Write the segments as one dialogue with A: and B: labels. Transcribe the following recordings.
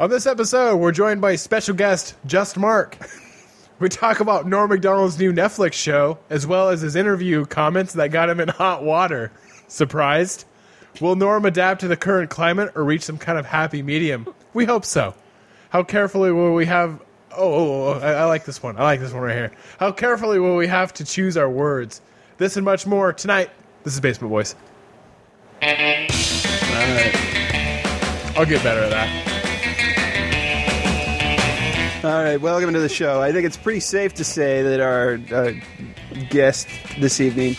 A: On this episode, we're joined by special guest Just Mark. We talk about Norm MacDonald's new Netflix show, as well as his interview comments that got him in hot water. Surprised? Will Norm adapt to the current climate or reach some kind of happy medium? We hope so. How carefully will we have. Oh, oh, oh I, I like this one. I like this one right here. How carefully will we have to choose our words? This and much more tonight. This is Basement Boys. I'll get better at that.
B: All right, welcome to the show. I think it's pretty safe to say that our uh, guest this evening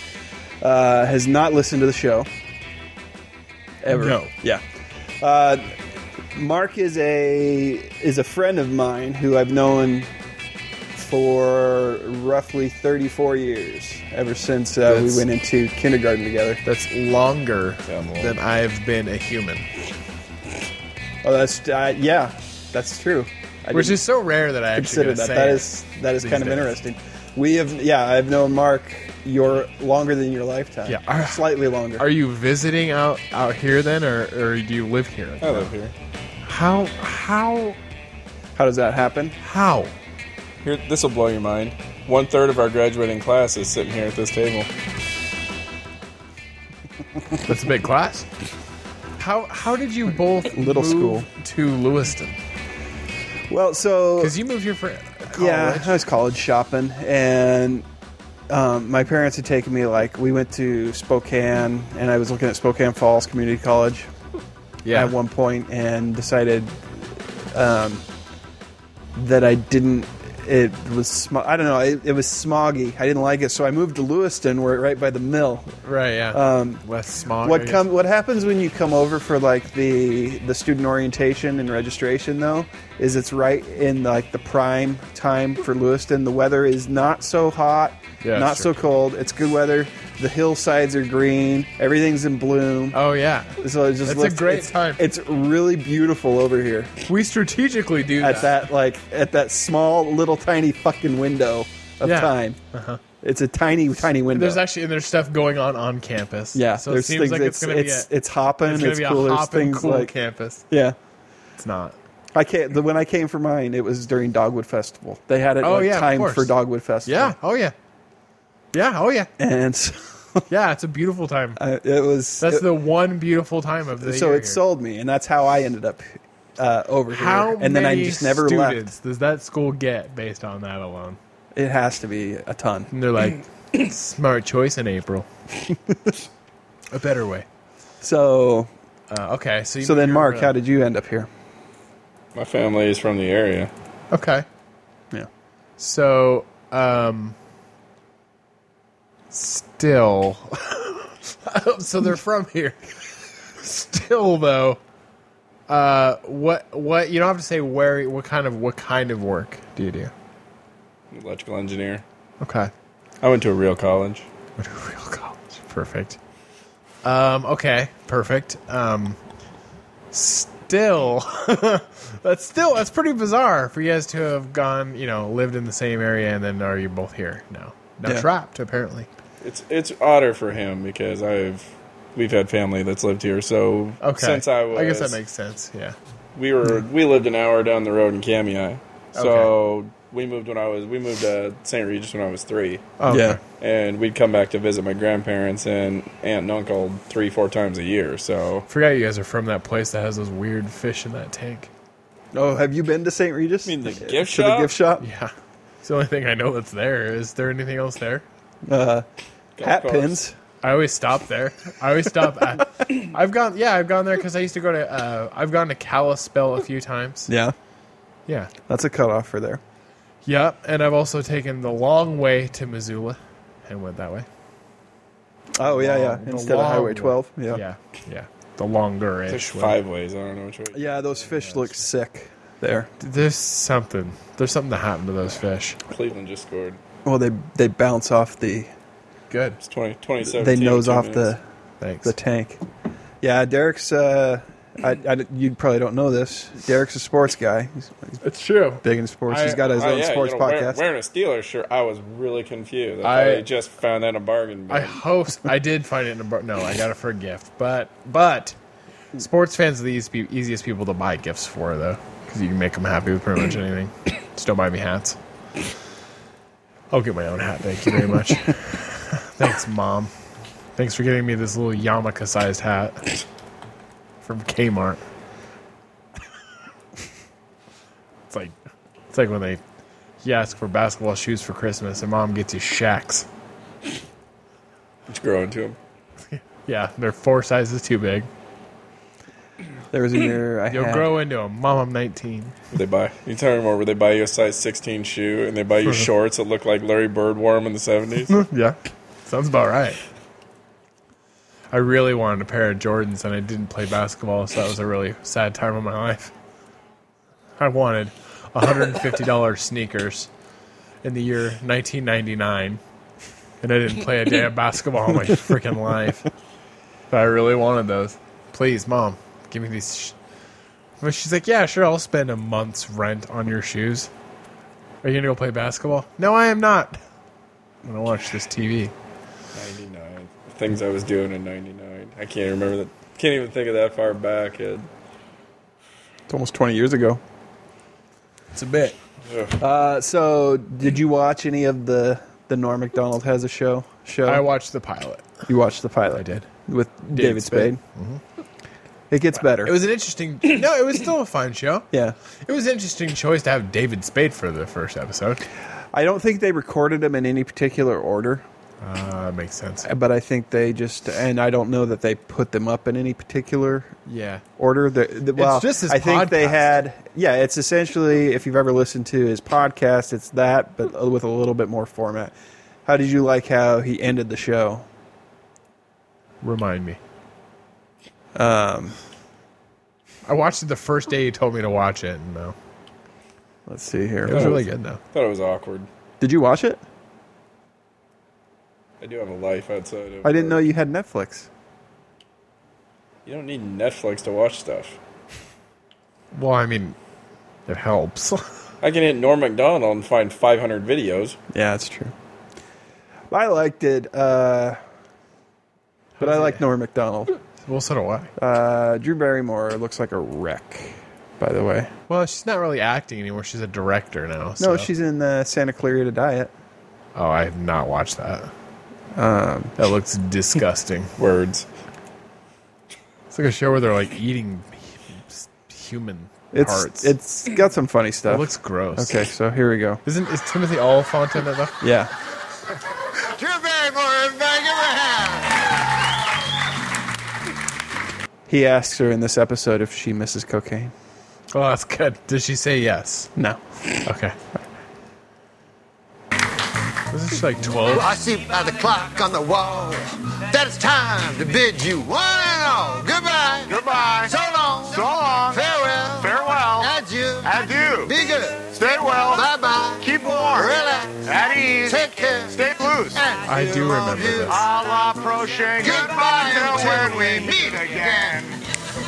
B: uh, has not listened to the show ever.
A: No.
B: Yeah. Uh, Mark is a is a friend of mine who I've known for roughly 34 years, ever since uh, we
A: That's-
B: went into kindergarten together.
A: That's longer
C: I'm old.
A: than I've been a human,
B: Oh, that's uh, yeah, that's true. I
A: which
B: didn't-
A: is so rare that I actually
B: consider that.
A: gotta say
B: That
A: it.
B: is that is
A: these
B: kind of
A: days.
B: interesting. We have yeah, I've known Mark your longer than your lifetime.
A: Yeah. Are-
B: slightly longer.
A: Are you visiting out out here then, or, or do you live here?
C: I live here.
A: How how
B: How does that happen?
A: how?
C: Here, this will blow your mind. One third of our graduating class is sitting here at this table.
A: That's a big class. How how did you both
B: Little
A: move
B: school.
A: to Lewiston?
B: Well, so
A: Because you moved here for college.
B: yeah, I was college shopping, and um, my parents had taken me like we went to Spokane, and I was looking at Spokane Falls Community College
A: yeah.
B: at one point, and decided um, that I didn't. It was sm- I don't know. It, it was smoggy. I didn't like it, so I moved to Lewiston, where right by the mill,
A: right. Yeah.
B: um,
A: West Smog. I
B: What
A: guess.
B: come? What happens when you come over for like the the student orientation and registration though? Is it's right in like the prime time for Lewiston. The weather is not so hot,
A: Yeah,
B: not
A: that's
B: so cold. It's good weather. The hillsides are green. Everything's in bloom.
A: Oh yeah.
B: so it just
A: That's a
B: looks-
A: great
B: it's-
A: time.
B: It's really beautiful over here
A: We strategically do
B: at that like at that small little tiny fucking window of
A: Yeah. Uh-huh.
B: time. It's a tiny tiny window.
A: There's actually and there's stuff going on on campus.
B: yeah,
A: So it
B: there's
A: seems
B: things
A: like
B: it's
A: it's gonna be a,
B: it's, it's hopping.
A: it's
B: It's,
A: gonna be
B: cool.
A: a
B: There's
A: hop and
B: things
A: cool
B: like
A: campus.
B: yeah.
A: It's not.
B: I came, the, when I came for mine, it was during Dogwood Festival. They had it
A: Oh,
B: like,
A: yeah, of
B: timed
A: course.
B: for Dogwood Festival.
A: Yeah. Oh yeah. Yeah. Oh yeah.
B: and so,
A: Yeah. It's a beautiful time.
B: uh, it was
A: That's
B: it-
A: the one beautiful time of the
B: so
A: year.
B: it sold me, and that's how I ended up uh, over
A: How
B: here. And then I
A: many
B: just never
A: students
B: left.
A: does that school get based on that alone?
B: It has to be a ton.
A: And they're like, smart choice in April. a better way.
B: So
A: Uh, okay. So you uh,
B: so then, Mark, how
A: had
B: did you end up here?
C: My family is from the area.
A: okay.
B: Yeah,
A: So um, still, so they're from here. still though, uh, what what you don't have to say where what kind of what kind of work do you do?
C: Electrical engineer.
A: Okay.
C: I went to a real college.
A: What a real college. Perfect. Um, okay, perfect. Um, still, that's still that's pretty bizarre for you guys to have gone, you know, lived in the same area, and then are you both here now? Now
B: Yeah.
A: trapped, apparently.
C: It's it's odder for him because I've we've had family that's lived here. So
A: Okay,
C: since I was,
A: I guess that makes sense. Yeah.
C: we were
A: Hmm.
C: we lived an hour down the road in Kamei. So we moved when I was we moved to St. Regis when I was three.
A: Oh,
B: yeah.
C: and we'd come back to visit my grandparents and aunt and uncle three four times a year so
A: Forgot you guys are from that place that has those weird fish in that tank.
B: Oh, have you been to St. Regis?
C: You mean the
B: To
C: gift
B: The
C: shop?
B: gift shop.
A: Yeah. It's the only thing I know that's there. Is there anything else there?
B: Uh,
C: Golf
B: hat
C: course.
B: pins.
A: I always stop there. I always stop. At, I've gone, yeah, I've gone there because I used to go to. Uh, I've gone to Kalispell a few times.
B: Yeah,
A: Yeah,
B: that's a cutoff for there.
A: yep. And I've also taken the long way to Missoula, and went that way.
B: Oh yeah, yeah.
A: Long- the
B: Instead of Highway
A: long
B: 12.
A: Yeah, yeah. The longer
C: there's
A: ish way.
C: five ways i don't know which way
B: Yeah, those fish look sick there.
A: There's something. There's something that happened to those fish.
C: cleveland just scored
B: Well, they they bounce off the
A: Good.
C: it's 20 2017
B: they nose
C: two
B: off
C: minutes.
B: the
A: Thanks.
B: the tank. Yeah, Derek's. Uh, I, I- you probably don't know this. Derek's a sports guy. He's, he's
A: It's true.
B: big in sports.
A: I-
B: He's got his
C: Oh,
B: own
C: yeah,
B: sports
C: you know, wear-
B: podcast.
C: Wearing, a Steelers shirt, I was really confused.
A: I-
C: I, thought he just found that in a bargain
A: I
C: bin.
A: host. I did find it in a bar. No, I got it for a gift. But but sports fans are the easiest, pe- easiest people to buy gifts for, though, 'cause because you can make them happy with pretty much anything. Just don't buy me hats. I'll get my own hat. Thank you very much. Thanks, mom. Thanks for getting me this little yarmulke-sized hat from Kmart. It's like it's like when they you ask for basketball shoes for Christmas and mom gets you shacks.
C: It's growing to him.
A: Yeah, they're four sizes too big.
B: There was a year I
A: You'll
B: had.
A: grow into them. Mom, I'm 19.
C: They buy. You tell me more. Where they buy you a size 16 shoe and they buy you shorts that look like Larry Bird wore 'em in the 70s.
A: yeah, sounds about right. I really wanted a pair of Jordans and I didn't play basketball, so that was a really sad time of my life. I wanted $150 sneakers in the year 1999, and I didn't play a day of basketball in my freaking life. But I really wanted those. Please, mom, give me these. Sh-. Well, She's like, yeah, sure, I'll spend a month's rent on your shoes. Are you going to go play basketball? No, I am not. I'm gonna watch this TV.
C: 99. The things I was doing in 99. I can't remember that. Can't even think of that far back. Ed.
B: It's almost 20 years ago.
A: It's a bit.
C: Ugh.
B: Uh, so, did you watch any of the the Norm Macdonald has a show? Show
A: I watched the pilot.
B: you watched the pilot?
A: I did. Mm-hmm.
B: with David, Spade. It gets better.
A: It was an interesting. No, it was still a fun show.
B: yeah,
A: It was an interesting choice to have David Spade for the first episode.
B: I don't think they recorded them in any particular order,
A: Uh, makes sense.
B: but I think they just and I don't know that they put them up in any particular
A: Yeah.
B: order. The, the, well,
A: just his
B: I think they
A: podcast.
B: had. Yeah, it's essentially if you've ever listened to his podcast, it's that, but with a little bit more format. How did you like how he ended the show?
A: Remind me.
B: Um,
A: I watched it the first day you told me to watch it, and no,
B: let's see here.
A: it was really good though.
C: Thought it was awkward.
B: Did you watch it?
C: I do have a life outside of.
B: I didn't know
C: work.
B: you had Netflix.
C: You don't need Netflix to watch stuff.
A: Well, I mean, it helps.
C: I can hit Norm McDonald and find 500 videos.
B: Yeah, that's true. I liked it, uh, but I like Norm Macdonald.
A: well, so do I.
B: Uh, Drew Barrymore looks like a wreck, by the way.
A: Well, she's not really acting anymore. She's a director now.
B: No,
A: so-
B: she's in uh, Santa Clarita Diet.
A: Oh, I have not watched that. Um, that looks disgusting.
C: Words.
A: It's like a show where they're like eating hu- human
B: It's
A: parts.
B: it's got some funny stuff.
A: it looks gross.
B: okay, so here we go.
A: Isn't is Timothy Oliphant in it though?
B: Yeah,
D: Drew Barrymore, everybody, give her a hand.
B: he asks her in this episode if she misses cocaine.
A: Oh, that's good. Did she say yes?
B: No,
A: Okay. Wasn't she like twelve?
D: I see by the clock on the wall that it's time to bid you one and all goodbye.
E: Goodbye.
D: So long.
E: So long.
D: Farewell.
E: Farewell.
D: Adieu.
E: Adieu.
D: Be good.
E: Stay well.
D: Bye bye.
E: Keep warm.
D: Relax.
E: At ease.
D: Take care.
E: Stay loose.
D: And
A: I do
D: love
A: remember
D: you.
A: this.
E: A la Prochain.
D: Goodbye
E: Till
D: until
E: when
D: we
E: we
D: meet
E: meet
D: again.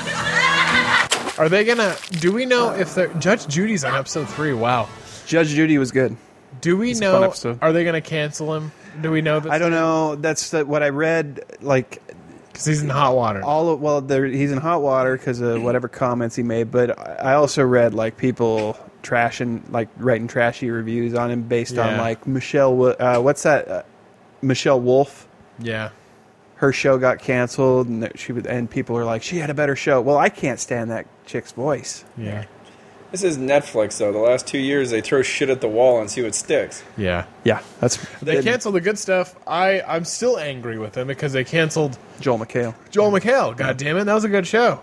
E: again.
A: Are they gonna? Do we know if they're Judge Judy's on episode three? Wow.
B: Judge Judy was good.
A: Do we
B: a fun
A: know?
B: episode.
A: Are they gonna cancel him? Do we know that?
B: I don't know. That's the, what I read. Like
A: Because he's in hot water.
B: all of, well there, he's in hot water because of whatever comments he made but i I also read like people trashing like writing trashy reviews on him based on
A: Yeah.
B: like michelle Wo- uh, what's that uh, michelle wolf
A: yeah.
B: her show got canceled and that she would, and people are like she had a better show well i can't stand that chick's voice
A: Yeah.
C: This is Netflix, though. The last two years, they throw shit at the wall and see what sticks.
A: Yeah.
B: yeah that's
A: They
B: and
A: canceled the good stuff. I I'm still angry with them because they canceled
B: joel McHale.
A: Joel McHale. God damn it, that was a good show.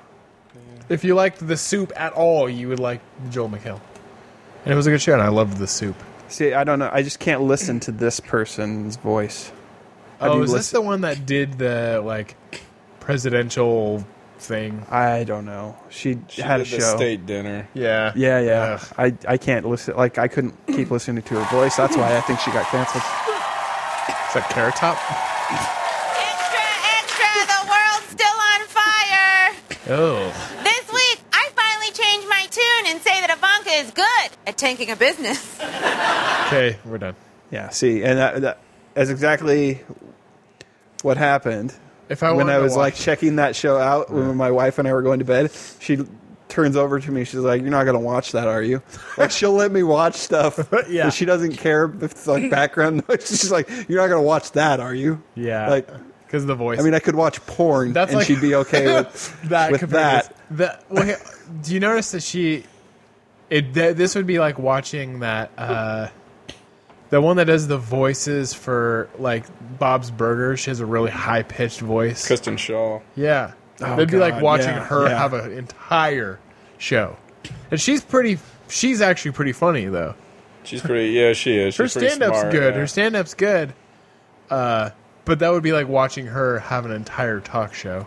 A: If you liked the soup at all, you would like Joel McHale. And it was a good show, and I loved the soup.
B: see i don't know i just can't listen to this person's voice Have
A: oh,
B: you
A: is this
B: listen-
A: the one that did the like presidential thing?
B: i don't know she,
C: She
B: had a
C: did the
B: show
C: state dinner.
A: Yeah.
B: Yeah, yeah.
A: Ugh.
B: I, I can't listen. Like I couldn't keep listening to her voice. That's why I think she got canceled.
A: Is that Carrot Top?
F: Extra, extra, the world's still on fire.
A: Oh.
F: This week, I finally changed my tune and say that Ivanka is good at tanking a business.
A: Okay, we're done.
B: Yeah. See, and that, that, that's exactly what happened
A: If I
B: when
A: wanted
B: I
A: to
B: was
A: watch-
B: like checking that show out when my wife and I were going to bed. She turns over to me. She's like, "You're not gonna watch that, are you?" Like she'll let me watch stuff.
A: Yeah.
B: but she doesn't care if it's like background noise. She's like, "You're not gonna watch that, are you?"
A: Yeah.
B: Like,
A: because the voice.
B: I mean, I could watch porn,
A: That's
B: and
A: like-
B: she'd be okay with
A: that
B: with
A: compared
B: that.
A: to this- that- well, here- do you notice that she? It th- this would be like watching that uh, the one that does the voices for like Bob's Burgers. She has a really high pitched voice.
C: Kristen Shaw.
A: Yeah, it'd be like
B: Oh, God,
A: watching
B: yeah,
A: her
B: yeah.
A: have an entire show, and she's pretty. She's actually pretty funny though.
C: She's pretty. Yeah, she is. She's
A: Her
C: pretty
A: stand up's
C: smart,
A: good.
C: yeah.
A: Her stand up's good. Uh, but that would be like watching her have an entire talk show.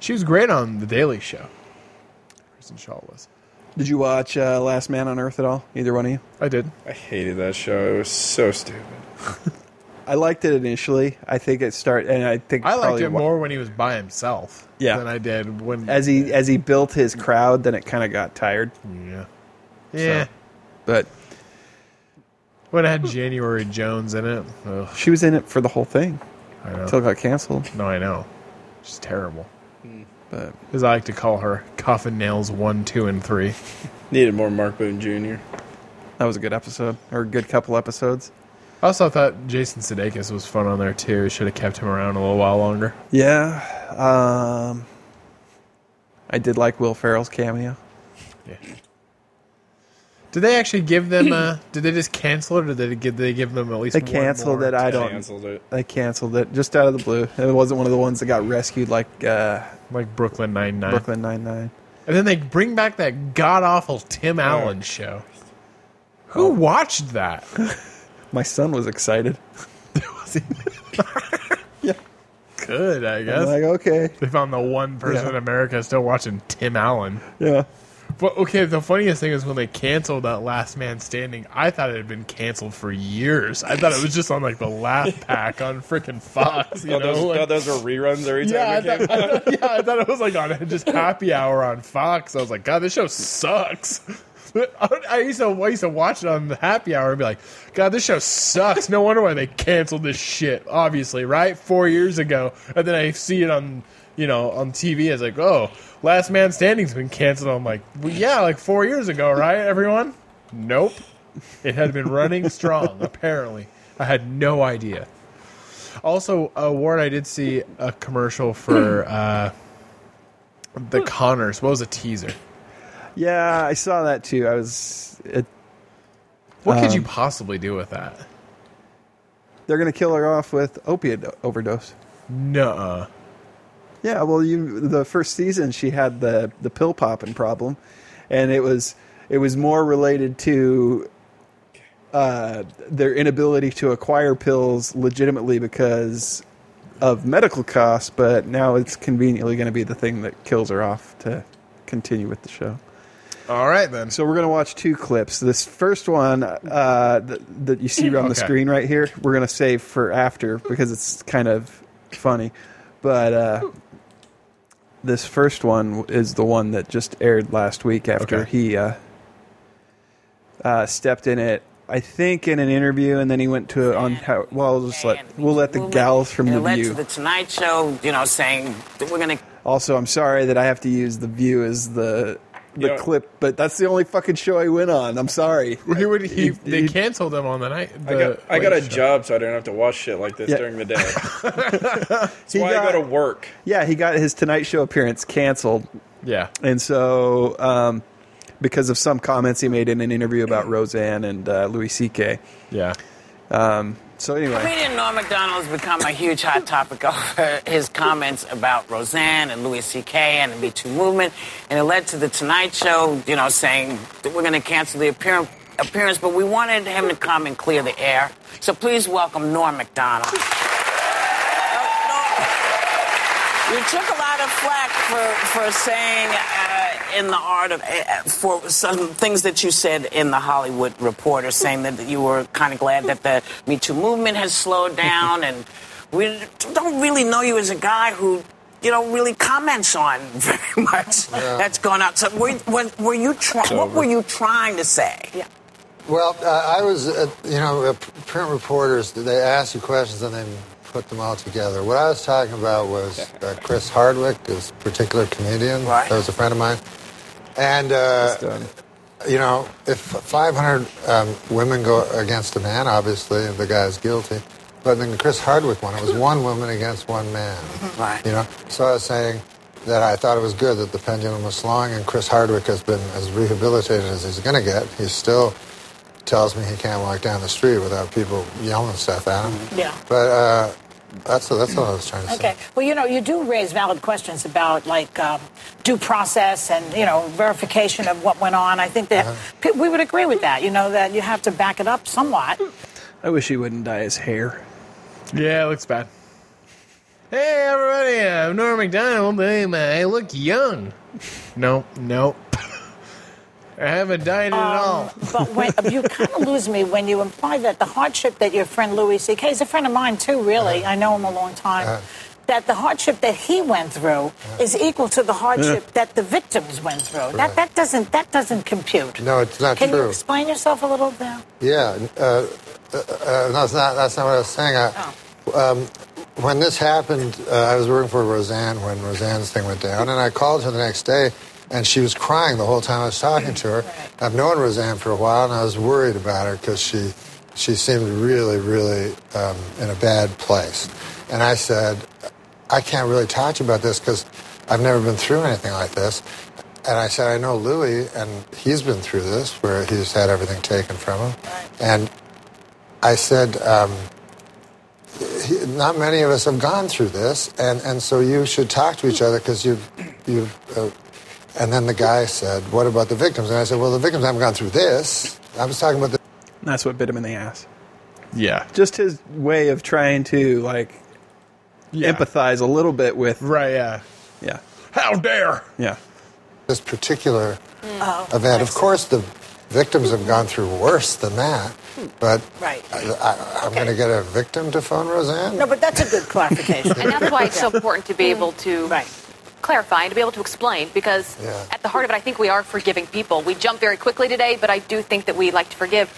A: She was great on The Daily Show. Kristen Shaw was.
B: Did you watch uh, Last Man on Earth at all? Either one of you?
A: I did.
C: I hated that show. It was so stupid.
B: I liked it initially. I think it start, and I think
A: I liked
B: probably
A: it
B: wa-
A: more when he was by himself.
B: Yeah.
A: Than I did when
B: as he as he built his crowd. Then it kind of got tired,
A: yeah. Yeah.
B: but
A: When it had January Jones in it. Ugh,
B: she was in it for the whole thing
A: I know.
B: until it got canceled.
A: no, I know. She's terrible.
C: Hmm.
B: But
A: As I like to call her, coffin nails one, two, and three.
C: Needed more Mark Boone Jr.
B: that was a good episode or a good couple episodes.
A: I also thought Jason Sudeikis was fun on there too. Should have kept him around a little while longer.
B: Yeah, um, I did like Will Ferrell's cameo.
A: Did they actually give them? Uh, did they just cancel it, or did they give, they give them at least?
B: They
A: one
B: canceled
A: more
B: it. I
A: to-
B: don't.
C: Canceled it.
B: They canceled it just out of the blue. It wasn't one of the ones that got rescued like uh,
A: like Brooklyn Nine Nine,
B: Brooklyn Nine Nine.
A: and then they bring back that god awful
C: Oh,
A: Tim Allen show. Who watched that?
B: My son was excited. Yeah,
A: Good, I
B: I'm
A: guess.
B: like okay,
A: they found the one person
B: Yeah.
A: in America still watching Tim Allen.
B: yeah.
A: But okay, the funniest thing is when they canceled that Last Man Standing, I thought it had been canceled for years. I thought it was just on like the Laugh Pack on freaking Fox. You
C: Oh,
A: know,
C: those,
A: like-
C: oh, those are reruns every time.
A: Yeah, I
C: it came
A: thought, I thought- yeah, I thought it was like on just happy hour on Fox. I was like, God, this show sucks. I used to I used to watch it on the happy hour and be like, God, this show sucks. No wonder why they canceled this shit. Obviously, right? Four years ago, and then I see it on you know on TV. I was like, Oh, Last Man Standing's been canceled. I'm like, well, Yeah, like four years ago, right? Everyone? Nope. It had been running strong. Apparently, I had no idea. Also, uh, Warren, I did see a commercial for uh, the Connors. What was a teaser?
B: Yeah, I saw that too. I was. It,
A: What could you possibly do with that?
B: they're gonna kill her off with opiate overdose.
A: Nuh-uh.
B: Yeah, well, you the first season she had the the pill popping problem, and it was it was more related to uh, their inability to acquire pills legitimately because of medical costs. But now it's conveniently going to be the thing that kills her off to continue with the show.
A: All right then.
B: So we're going to watch two clips. This first one uh, th- that you see on the
A: Okay.
B: screen right here, we're going to save for after because it's kind of funny. But uh, this first one is the one that just aired last week after
A: Okay.
B: he uh, uh, stepped in it. I think in an interview, and then he went to on. How, well, we'll just let we'll let the gals from the
E: It led to
B: View.
E: the Tonight Show, you know, saying that we're going to
B: Also, I'm sorry that I have to use the View as the the
C: Yeah.
B: clip, but that's the only fucking show I went on. I'm sorry.
A: He would, he,
B: He-
A: they
B: he-
A: canceled them on the night.
C: I got,
A: the
C: I got a
A: late show.
C: job, so I don't have to watch shit like this
B: Yeah.
C: during the day. That's
B: He
C: why I
B: got-
C: go to work.
B: Yeah, he got his Tonight Show appearance canceled,
A: Yeah.
B: and so um, because of some comments he made in an interview about Roseanne and uh, Louis C.K.
A: Yeah.
B: So anyway,
E: Comedian Norm MacDonald's become a huge hot topic over his comments about Roseanne and Louis C.K. and the Me Too movement, and it led to the Tonight Show, you know, saying that we're going to cancel the appearance, appearance, but we wanted him to come and clear the air. So please welcome Norm MacDonald. You took a lot of flack for, for saying uh, in the art of, uh, for some things that you said in the Hollywood Reporter, saying that you were kind of glad that the Me Too movement has slowed down, and we don't really know you as a guy who, you know, really comments on very much that's going on. So were, were, were you try- what were you trying to say?
G: Well, uh, I was, uh, you know, uh, print reporters, they ask you questions and they put them all together. What I was talking about was uh, Chris Hardwick, this particular comedian
E: Right.
G: that was a friend of mine. And uh,
B: It's done.
G: you know, if 500 um, women go against a man, obviously the guy's guilty. But then the Chris Hardwick one, it was one woman against one man.
E: Right.
G: You know, so I was saying that I thought it was good that the pendulum was slung, and Chris Hardwick has been as rehabilitated as he's going to get. He still tells me he can't walk down the street without people yelling stuff at him.
H: Yeah.
G: But uh, that's that's what I was trying to say.
H: Okay. Well, you know, you do raise valid questions about like um, due process and you know verification of what went on. I think that pe- we would agree with that. You know that you have to back it up somewhat.
B: I wish he wouldn't dye his hair.
A: Yeah, it looks bad. Hey, everybody, I'm Norm MacDonald. I'm, uh, I look young. No, no. I haven't died at
H: Um,
A: all.
H: But when, you kind of lose me when you imply that the hardship that your friend Louis C.K. is a friend of mine too. Really,
G: Uh-huh.
H: I know him a long time. that the hardship that he went through
G: Uh-huh.
H: is equal to the hardship that the victims went through. That that doesn't that doesn't compute.
G: No, it's not
H: Can
G: true.
H: you explain yourself a little bit?
G: Yeah, uh, uh, uh, that's not that's not what I was saying. I, um, when this happened, uh, I was working for Roseanne when Roseanne's thing went down, and I called her the next day, and she was crying the whole time I was talking to her. I've known Roseanne for a while, and I was worried about her because she she seemed really, really um, in a bad place, and I said, I can't really talk to you about this because I've never been through anything like this. And I said, I know Louis, and he's been through this, where he's had everything taken from him. And I said, um, he- not many of us have gone through this, and, and so you should talk to each other because you've, you've uh, and then the guy said, what about the victims? And I said, well, the victims haven't gone through this. I was talking about the
B: That's what bit him in the ass.
A: Yeah.
B: Just his way of trying to like
A: yeah.
B: empathize a little bit with.
A: Right, yeah.
B: Yeah,
A: How dare!
B: yeah.
G: this particular
H: Oh.
G: event. Of course, the victims have gone through worse than that, but
H: Hmm. Right.
G: I, I, I'm going to get a victim to phone Roseanne.
H: No, but that's a good clarification.
I: And that's why it's so important to be able to
H: Right.
I: clarify and to be able to explain because
G: Yeah.
I: at the heart of it, I think we are forgiving people. We jump very quickly today, but I do think that we like to forgive.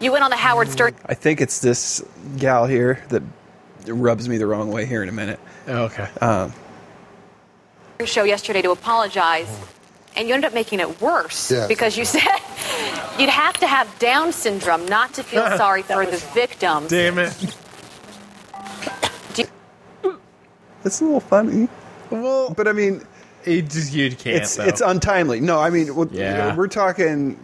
I: You went on the
G: Mm.
I: Howard Stern
B: I think it's this gal here that rubs me the wrong way here in a minute.
A: Oh,
B: Um,
A: Okay.
I: show yesterday to apologize, and you ended up making it worse
G: Mm. Yes.
I: because you said you'd have to have Down syndrome not to feel sorry for the victims.
A: Damn it.
B: It's a little funny,
A: Well,
B: but I mean,
A: it just, you can't.
B: it's
A: though.
B: it's untimely. No, I mean, well, uh,
A: Yeah.
B: we're talking.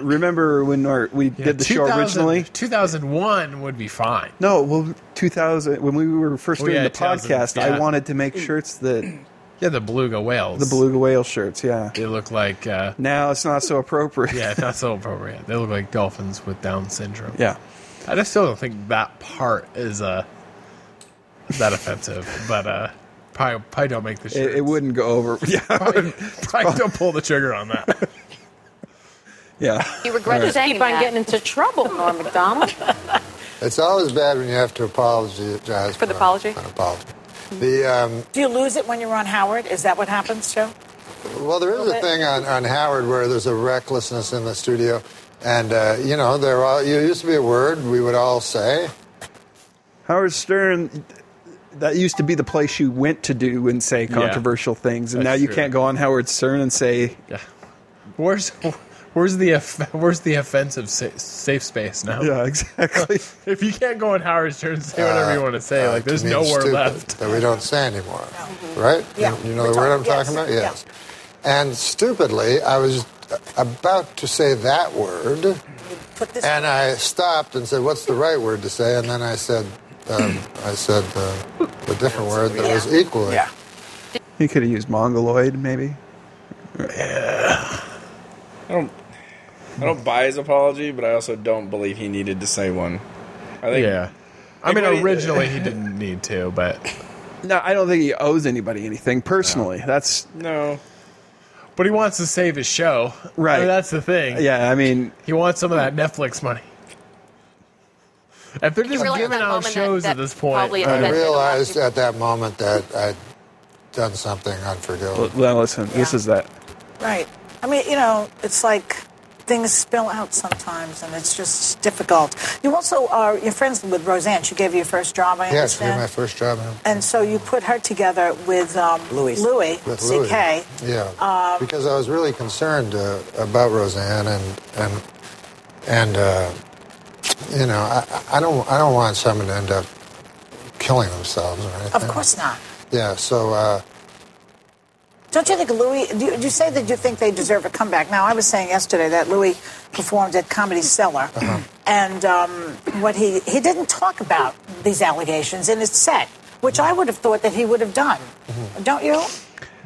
B: Remember when our, we
A: Yeah,
B: did the show
A: 2000
B: originally?
A: 2001 would be fine.
B: No, well, 2000 when we were first
A: Oh,
B: doing
A: yeah,
B: the
A: 2000,
B: podcast,
A: yeah.
B: I wanted to
G: Mm.
B: make shirts that
A: Yeah, the beluga whales.
B: the beluga whale shirts. Yeah.
A: They look like, uh,
B: Now it's not so appropriate.
A: yeah, not so appropriate. They look like dolphins with Down syndrome.
B: Yeah.
A: I just still don't think that part is uh that offensive, but uh probably, probably don't make the
B: It,
A: shirts.
B: it wouldn't go over. Yeah.
A: Probably, probably don't pull the trigger on that.
B: Yeah.
I: You regret saying
H: Keep on
I: that
H: getting into trouble, Norm McDonald.
G: It's always bad when you have to apologize
I: For the apology?
G: An apology. The um,
H: Do you lose it when you're on Howard? Is that what happens, Joe?
G: well, there is a thing on, on Howard where there's a recklessness in the studio, and uh, you know there all, you used to be a word we would all say.
B: Howard Stern, that used to be the place you went to do and say controversial things, and
A: That's
B: now you
A: true.
B: can't go on Howard Stern and say,
A: Where's where's the off- where's the offensive sa- safe space now?
B: yeah, exactly.
A: If you can't go on Howard's turn and say whatever you want to say,
G: uh,
A: like
G: to
A: there's
G: mean
A: nowhere
G: stupid,
A: left.
G: that we don't say anymore, right?
H: Yeah.
G: You, you know
H: We're
G: the word I'm
H: talking- yes,
G: talking about?
H: yeah.
G: Yes. And stupidly, I was about to say that word.
H: Put this.
G: And I stopped and said, "What's the right word to say?" And then I said, um, "I said uh, a different word that was equally."
E: Yeah.
B: you could have used mongoloid, maybe.
C: I don't, I don't buy his apology, but I also don't believe he needed to say one. I think
A: Yeah. I mean,
C: what he-
A: originally he didn't need to, but
B: No, I don't think he owes anybody anything personally. That's
C: no.
A: but he wants to save his show.
B: Right.
A: I mean, that's the thing.
B: yeah. I mean,
A: He wants some of that Netflix money. If they're
I: you
A: just
I: realize
A: giving
I: that
A: out
I: moment that-
A: shows
I: that
A: at this point,
I: probably
G: I
I: affected a lot of
G: realized
I: people.
G: at that moment that I'd done something unforgivable.
B: well, listen, this
H: Yeah.
B: is that.
H: Right. I mean, you know, it's like things spill out sometimes, and it's just difficult. You also are you're friends with Roseanne. She gave you your first job, I
G: Yeah, she did
H: understand.
G: my first job. in-
H: and so you put her together with um,
E: Louis.
H: Louis, Um,
G: with
H: CK.
G: Louis. Yeah, because I was really concerned uh, about Roseanne, and and and uh, you know, I, I don't I don't want someone to end up killing themselves or anything.
H: Of course not.
G: Yeah. So uh,
H: Don't you think Louis? Do you, do you say that you think they deserve a comeback? Now, I was saying yesterday that Louis performed at Comedy Cellar,
G: Uh-huh.
H: and um, what he he didn't talk about these allegations in his set, which I would have thought that he would have done.
G: Mm-hmm.
H: Don't you?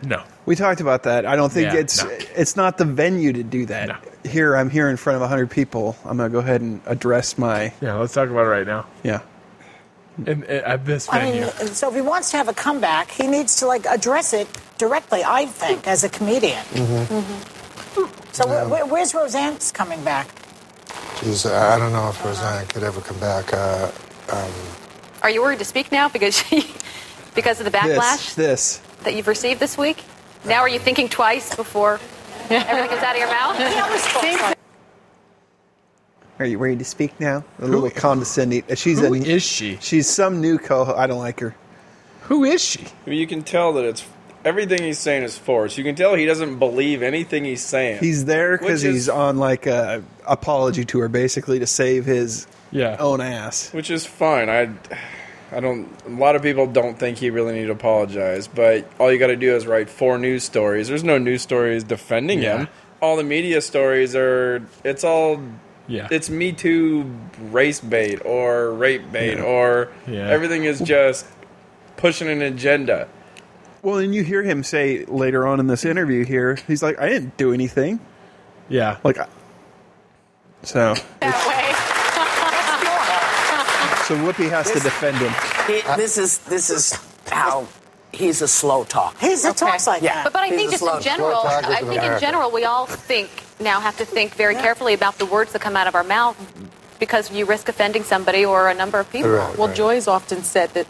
A: No.
B: We talked about that. I don't think
A: Yeah,
B: it's
A: no.
B: it's not the venue to do that.
A: No.
B: Here, I'm here in front of 100 people. I'm gonna go ahead and address my
A: Yeah, let's talk about it right now.
B: yeah.
A: In, in- uh, at this
H: I
A: venue.
H: mean, so if he wants to have a comeback, he needs to like address it directly. I think as a comedian.
G: Mm-hmm.
H: So where- where, where's Roseanne's coming back?
G: geez, uh, I don't know if Roseanne could ever come back. Uh,
I: Are you worried to speak now because because of the
B: This
I: backlash
B: this
I: that you've received this week? Now are you thinking twice before everything comes out of your mouth?
H: He always talks like-
B: Are you ready to speak now? A little condescending. Uh, She's
A: Who
B: a,
A: is she?
B: She's some new co. I don't like her.
A: Who is she?
C: I mean, you can tell that it's everything he's saying is forced. You can tell he doesn't believe anything he's saying.
B: He's there because
C: Which is-
B: he's on like a apology tour, basically to save his
A: Yeah.
B: own ass.
C: which is fine. I, I don't. A lot of people don't think he really need to apologize, but all you got to do is write four news stories. There's no news stories defending
A: Yeah.
C: him. All the media stories are. It's all.
A: Yeah.
C: It's Me Too race bait or rape bait or
A: Yeah.
C: everything is just pushing an agenda.
B: Well, and you hear him say later on in this interview here, he's like, "I didn't do anything."
A: yeah.
B: Like, I- so
I: That way.
B: so Whoopi has to defend him.
E: He, this is this is how he's a slow talker.
H: He's he talks like
E: Yeah.
H: that.
I: But, but I
E: He's
I: think
E: a
I: just
E: slow-
I: in general,
G: slow talker
I: I
G: to
I: think in
G: America.
I: general, we all think now have to think very carefully about the words that come out of our mouth because you risk offending somebody or a number of people.
G: Right.
J: Well, Joy's often said that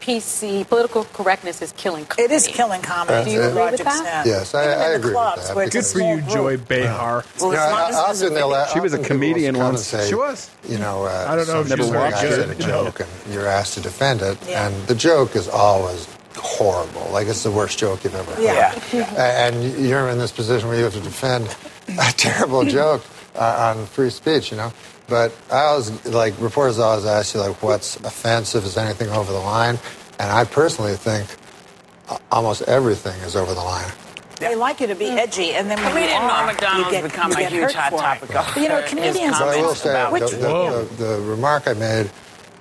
J: PC, political correctness is killing
H: It
J: comedy.
H: is killing comedy.
G: Do you
H: to a
G: agree
H: large
J: with that?
H: extent.
G: Yes, I- I
H: Even in the
G: agree with
H: clubs
G: that
H: where it's a
A: Good for
H: small
A: you,
H: group.
A: Joy Behar.
E: Well, it's
G: yeah,
E: not
G: I-
E: just
G: often they'll-
B: She was a
G: often people will
B: comedian
G: come and
B: once.
G: say,
A: She was.
G: You know, uh,
A: I don't know if
G: some
B: she was
G: joke,
B: very
G: I said a
A: good, you know.
G: joke, and you're asked to defend it,
H: Yeah.
G: and the joke is always horrible. Like it's the worst joke you've ever heard.
H: Yeah.
G: A- and you're in this position where you have to defend a terrible joke uh, on free speech, you know. But I always like reporters always ask you like, what's offensive? Is anything over the line? And I personally think a- almost everything is over the line.
H: They like you to be edgy, and then when
E: We
H: you
E: didn't
H: are,
E: know McDonald's
H: you get,
E: become
H: you
E: a
H: get
E: huge
H: hurt
E: hot
H: for it.
E: topic. of-
H: But, you know,
E: his
H: comedians-
G: But I will
E: comments
G: say
E: about-
G: the,
H: Which-
G: the, the, the remark I made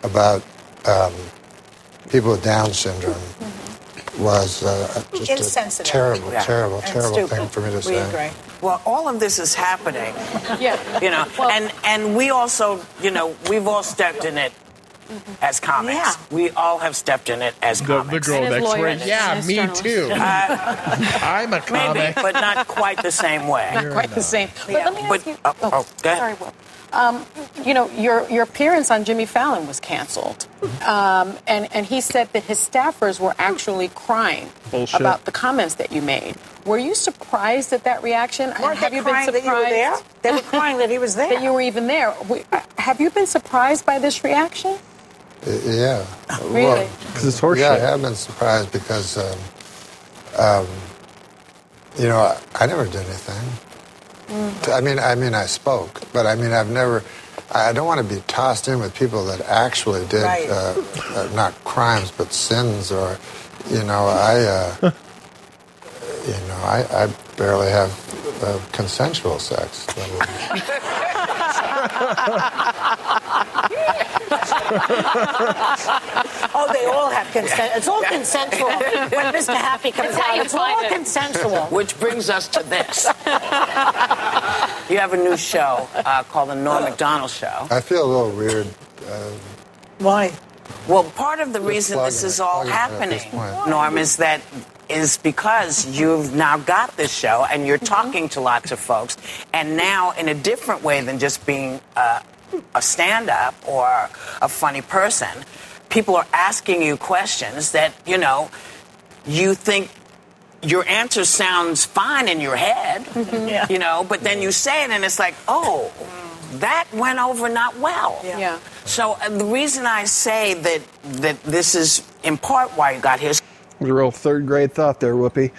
G: about um, people with Down syndrome was uh, just a
H: Insensitive.
G: terrible,
E: Yeah.
G: terrible,
H: And
G: terrible
H: stupid.
G: thing for me to
H: We
G: say.
H: agree.
E: Well, all of this is happening,
J: Yeah.
E: you know,
J: Well-
E: and and we also, you know, we've all stepped in it as comics.
H: Yeah.
E: We all have stepped in it as
A: The, the
E: comics. Uh,
A: girl
J: Mm-hmm. And his
A: next
J: lawyer
A: door.
J: and his-
A: Yeah,
J: and his
A: me
J: journalist.
A: too. I'm a
E: Maybe,
A: comic.
E: but not quite the same way.
J: Quite the same.
H: Yeah.
J: But let me ask
E: But-
J: you.
E: oh, oh, go ahead.
J: sorry, Will. Um, you know, your your appearance on Jimmy Fallon was canceled, um, and and he said that his staffers were actually crying
B: Bullshit.
J: about the comments that you made. Were you surprised at that reaction? And
H: Weren't
J: have
H: they
J: you been
H: crying that
J: surprised
H: you were there? They were crying that he was there.
J: that you were even there? We- uh, Have you been surprised by this reaction?
G: Y- Uh, Yeah.
J: Really?
B: Because it's horseshit.
G: yeah, I have been surprised because, um, um, you know, I, I never did anything. I mean, I mean, I spoke, but I mean, I've never. I don't want to be tossed in with people that actually did
H: Right.
G: uh, uh, not crimes but sins, or you know, I, uh, you know, I, I barely have uh, consensual sex.
H: Oh, they all have consent. It's all consensual. When Mr. Happy comes
J: It's how
H: out,
J: you
H: it's all
J: find it.
H: consensual.
E: Which brings us to this. you have a new show uh, called The Norm MacDonald Show.
G: I feel a little weird. uh,
H: Why?
E: Well, part of the reason
G: plugging
E: this is
G: it,
E: all
G: plugging it at this
E: happening,
G: point.
E: Norm, is that is because you've now got this show and you're talking to lots of folks, and now in a different way than just being a, a stand-up or a funny person, people are asking you questions that you know you think your answer sounds fine in your head,
J: Yeah.
E: Mm-hmm. you know, but then you say it and it's like, oh, that went over not well.
J: Yeah.
E: So uh, the reason I say that that this is in part why you got here is
B: It was a real third grade thought there, Whoopi.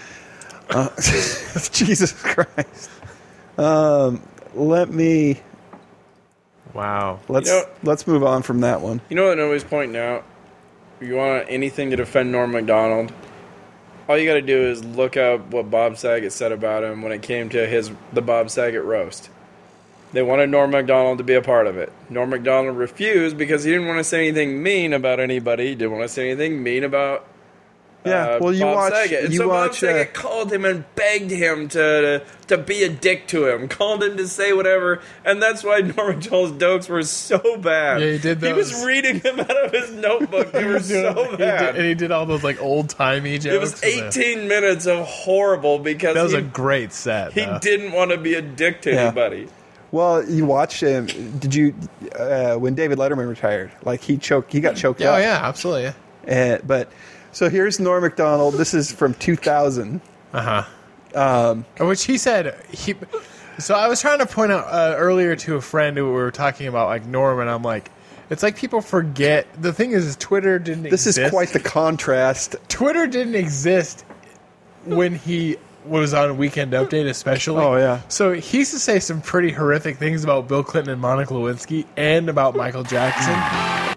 B: Uh, Jesus Christ. Um, let me.
A: Wow.
B: Let's
C: You know-
B: let's move on from that one.
C: You know what nobody's pointing out? If you want anything to defend Norm MacDonald, all you got to do is look up what Bob Saget said about him when it came to his the Bob Saget roast. They wanted Norm MacDonald to be a part of it. Norm MacDonald refused because he didn't want to say anything mean about anybody. He didn't want to say anything mean about
B: Yeah,
C: uh,
B: well, you
C: Bob
B: watch.
C: Saget. And
B: You
C: so Bob
B: watch. uh,
C: Saget called him and begged him to to be a dick to him, called him to say whatever, and that's why Norman Joel's jokes were so bad.
A: Yeah, he did
C: He was
A: those.
C: reading them out of his notebook. They were so
A: He did-
C: bad.
A: and he did all those like old timey jokes.
C: It was
A: and the-
C: 18 minutes of horrible because
A: That was
C: he,
A: a great set.
C: he
A: though.
C: didn't want to be a dick to
B: Yeah.
C: anybody.
B: Well, you watched him. Did you uh, when David Letterman retired? Like he choked. He got choked
A: Yeah,
B: up.
A: Oh yeah, absolutely. Yeah.
B: Uh, but so here's Norm Macdonald. This is from 2000.
A: Uh huh. Um, Which he said he. So I was trying to point out uh, earlier to a friend who we were talking about like Norm, and I'm like, it's like people forget. The thing is, is Twitter didn't.
B: This is
A: exist.
B: quite the contrast.
A: Twitter didn't exist when he was on Weekend Update, especially.
B: Oh, yeah.
A: So he used to say some pretty horrific things about Bill Clinton and Monica Lewinsky, and about Michael Jackson,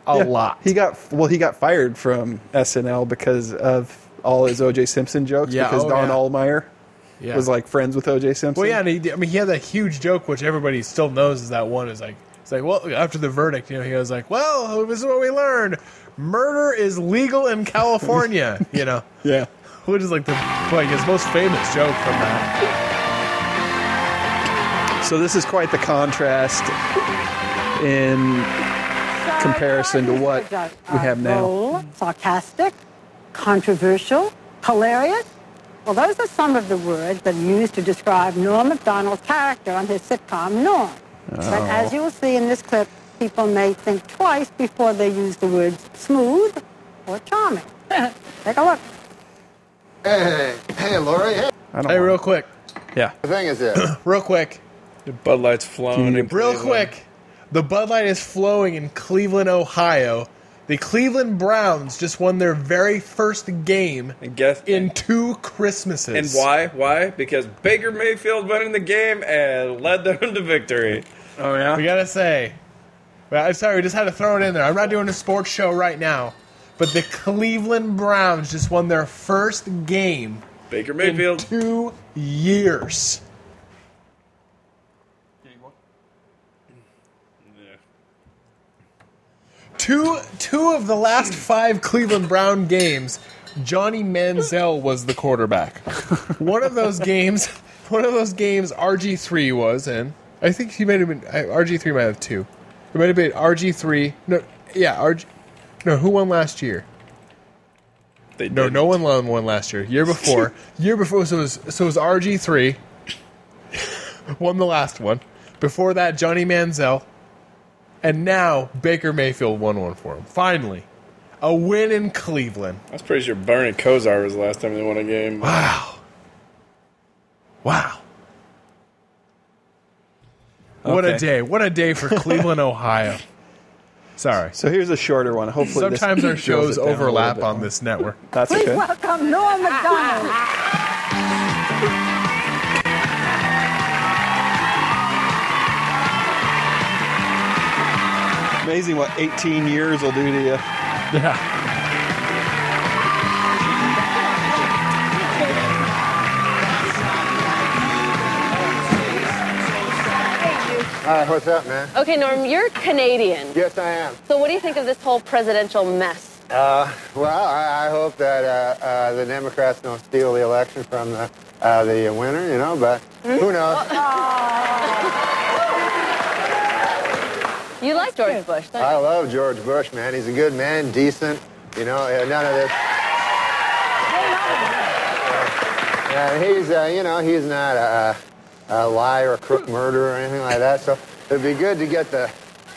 A: a
B: Yeah,
A: lot.
B: He got well. He got fired from SNL because of all his O.J. Simpson jokes.
A: Yeah,
B: because
A: oh,
B: Don
A: yeah.
B: Allmeyer
A: Yeah.
B: was like friends with O.J. Simpson.
A: Well, yeah, and he, did- I mean, he had that huge joke, which everybody still knows is that one is like, it's like, well, after the verdict, you know, he was like, well, this is what we learned: murder is legal in California. you know,
B: yeah.
A: which is like the like his most famous joke from that.
B: So this is quite the contrast in comparison to what we have now.
K: Bold, sarcastic, controversial, hilarious. Well, those are some of the words that are used to describe Norm Macdonald's character on his sitcom Norm. But
B: Oh.
K: as you will see in this clip, people may think twice before they use the words smooth or charming. Take a look.
G: Hey, hey, Lori. Hey.
B: I don't
A: Hey,
B: want-
A: real quick,
B: yeah.
G: The thing is this.
A: real quick,
C: The Bud Light's flown. in
A: real
C: Oh, Cleveland.
A: quick. The Bud Light is flowing in Cleveland, Ohio. The Cleveland Browns just won their very first game
C: And guess
A: in two Christmases.
C: and why? Why? Because Baker Mayfield went in the game and led them to victory.
A: Uh,
B: Oh yeah.
A: We gotta say, well, I'm sorry, we just had to throw it in there. I'm not doing a sports show right now, but the Cleveland Browns just won their first game
C: Baker
A: in
C: Mayfield.
A: two years. Two two of the last five Cleveland Brown games, Johnny Manziel was the quarterback. One of those games, one of those games, RG three was in. I think he might have been RG three might have two. It might have been RG three. No, yeah, RG. No, who won last year?
C: They
A: No,
C: did.
A: no one won one last year. Year before, year before. So it was so it was RG three. won the last one. Before that, Johnny Manziel, and now Baker Mayfield won one for him. Finally, a win in Cleveland.
C: I was pretty sure Bernie Kosar was the last time they won a game.
A: Wow. Wow. What a
B: Okay.
A: day. What a day for Cleveland, Ohio. Sorry.
B: So here's a shorter one. Hopefully, this
A: Sometimes our
B: drills it
A: shows
B: down a little
A: overlap
B: bit
A: on
B: more.
A: this network.
B: That's
K: Please
B: okay.
K: welcome Norm Macdonald.
B: Amazing what 18 years will do to you.
A: Yeah.
G: All right, what's up, man?
L: Okay, Norm, you're Canadian.
G: Yes, I am.
L: So what do you think of this whole presidential mess?
G: Uh, well, I, I hope that uh, uh, the Democrats don't steal the election from the uh, the winner, you know. But who knows?
L: You like George Bush. don't
G: I love George Bush, man. He's a good man, decent. You know, uh, none of this. Yeah, he's, uh, you know, he's not a, a liar or crook murderer or anything like that. So it'd be good to get the.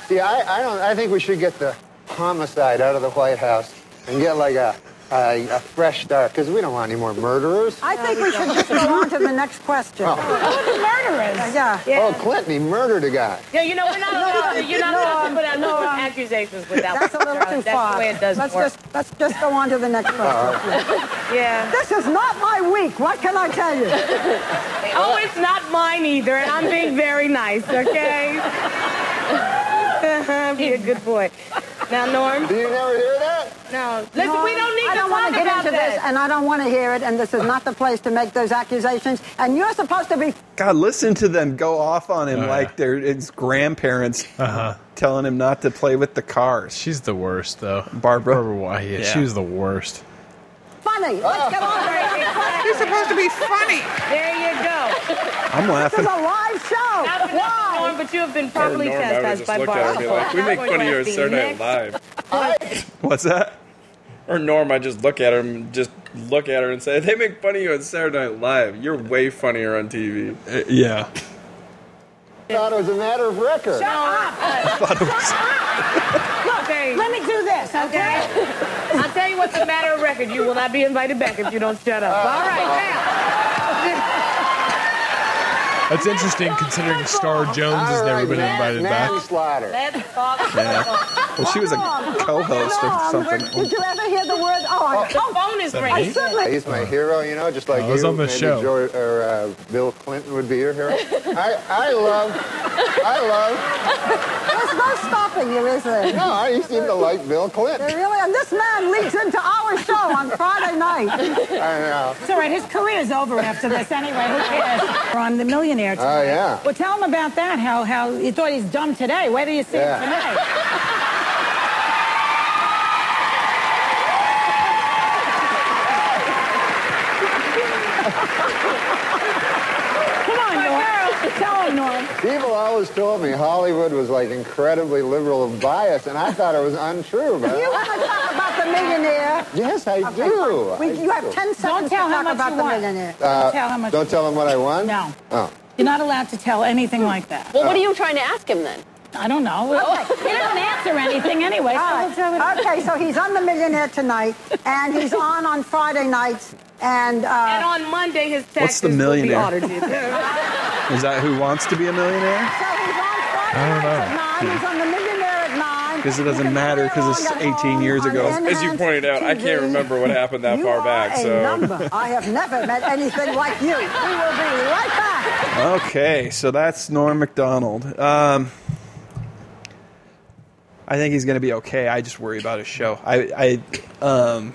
G: See, I, I don't. I think we should get the homicide out of the White House and get like a, uh, a fresh start because we don't want any more murderers.
K: I think we should just go on to the next question.
G: Oh.
K: Who the murderers? Yeah.
G: Oh, Clinton, he murdered a guy.
M: Yeah, you know, we're not allowed to, you're not allowed to put out no
K: No. um,
M: accusations without
K: That's a little too
M: That's
K: far.
M: the way it does
K: let's
M: work.
K: Just, let's just go on to the next question.
M: Yeah.
K: This is not my week. What can I tell you?
M: oh, it's not mine either, and I'm being very nice, okay? Uh-huh, Be a good boy. Now, Norm.
G: Do you never hear that?
M: No. Listen,
K: No,
M: we don't need
K: I
M: to
K: don't
M: talk
K: want to get
M: about
K: into
M: that.
K: this, and I don't want to hear it. And this is not the place to make those accusations. And you're supposed to be
B: God, listen to them go off on him
A: Oh, Uh-huh.
B: like they're his grandparents telling him not to play with the cars.
A: She's the worst, though.
B: Barbara.
A: Barbara Wyatt. She was the worst.
K: funny. Let's get on to the next question. You're supposed to be funny.
M: There you go.
B: I'm laughing.
K: This is a live show.
M: Not for nothing, Norm, but you have been properly
C: Norm, I would
M: chastised
C: just
M: by
C: look at her and be
M: Barbara.
C: like, we make fun of you on Saturday Night Live.
B: What's that?
C: Or Norm, I just look at her and just look at her and say, they make fun of you on Saturday Night Live. You're way funnier on TV.
B: Uh, yeah.
G: thought it was a matter of record.
K: Shut up.
M: Look,
K: Let me do this, okay?
M: I'll tell you what's the matter of record. You will not be invited back if you don't shut up. All right,
A: That's interesting considering Star Jones has never been invited back.
G: Manslaughter.
M: Let's talk.
A: Yeah.
B: Well, she was a co-host or something.
K: Did you ever hear the word? Oh, I,
M: the phone is
G: That
K: I
G: me?
K: certainly.
G: He's my hero, you know, just like
A: I was
G: you.
A: on the
G: Maybe
A: show.
G: George, or uh, Bill Clinton would be your hero. I, I love, I love.
K: There's no stopping you, is there?
G: No, I you seem to like Bill Clinton.
K: They really, and this man leaks into our show on Friday
G: I
K: night.
G: know.
K: It's all right. His career's over after this anyway. Who cares? We're on The Millionaire tonight.
G: Oh, yeah.
K: Well, tell him about that, how, how you thought he's dumb today. Where do you see
G: Yeah.
K: him tonight? Come on, Norm. Tell him, Norm.
G: People always told me Hollywood was like incredibly liberal and biased, and I thought it was untrue. But
K: You want to talk about The Millionaire?
G: yes, I
K: Okay,
G: do.
K: fine. We,
G: I
K: you have
G: do.
K: 10 seconds
M: tell
K: to
M: how
K: talk
M: much
K: about
M: you
K: The
M: want.
K: Millionaire.
G: Uh,
K: Don't tell how much
G: Don't tell him what I won.
K: No.
G: Oh.
K: You're not allowed to tell anything like that.
L: Well, what are you trying to ask him then?
K: I don't know. Okay. You don't answer anything anyway. okay, so he's on The Millionaire tonight, and he's on on Friday nights, and...
M: And
K: Uh,
M: on Monday, his taxes
B: What's the
M: will be
B: millionaire?
M: audited.
B: Is that who wants to be a millionaire?
K: so he's on Friday
B: I don't
K: nights at 9.
B: know.
K: He's on The Millionaire at 9.
B: Because it doesn't matter because it's 18 years ago.
C: As you pointed out, I can't remember what happened that
K: You
C: far
K: are
C: back,
K: a number.
C: so.
K: I have never met anything like you. We will be right back.
B: Okay, so that's Norm MacDonald. Um, I think he's going to be okay. I just worry about his show. I, I, um,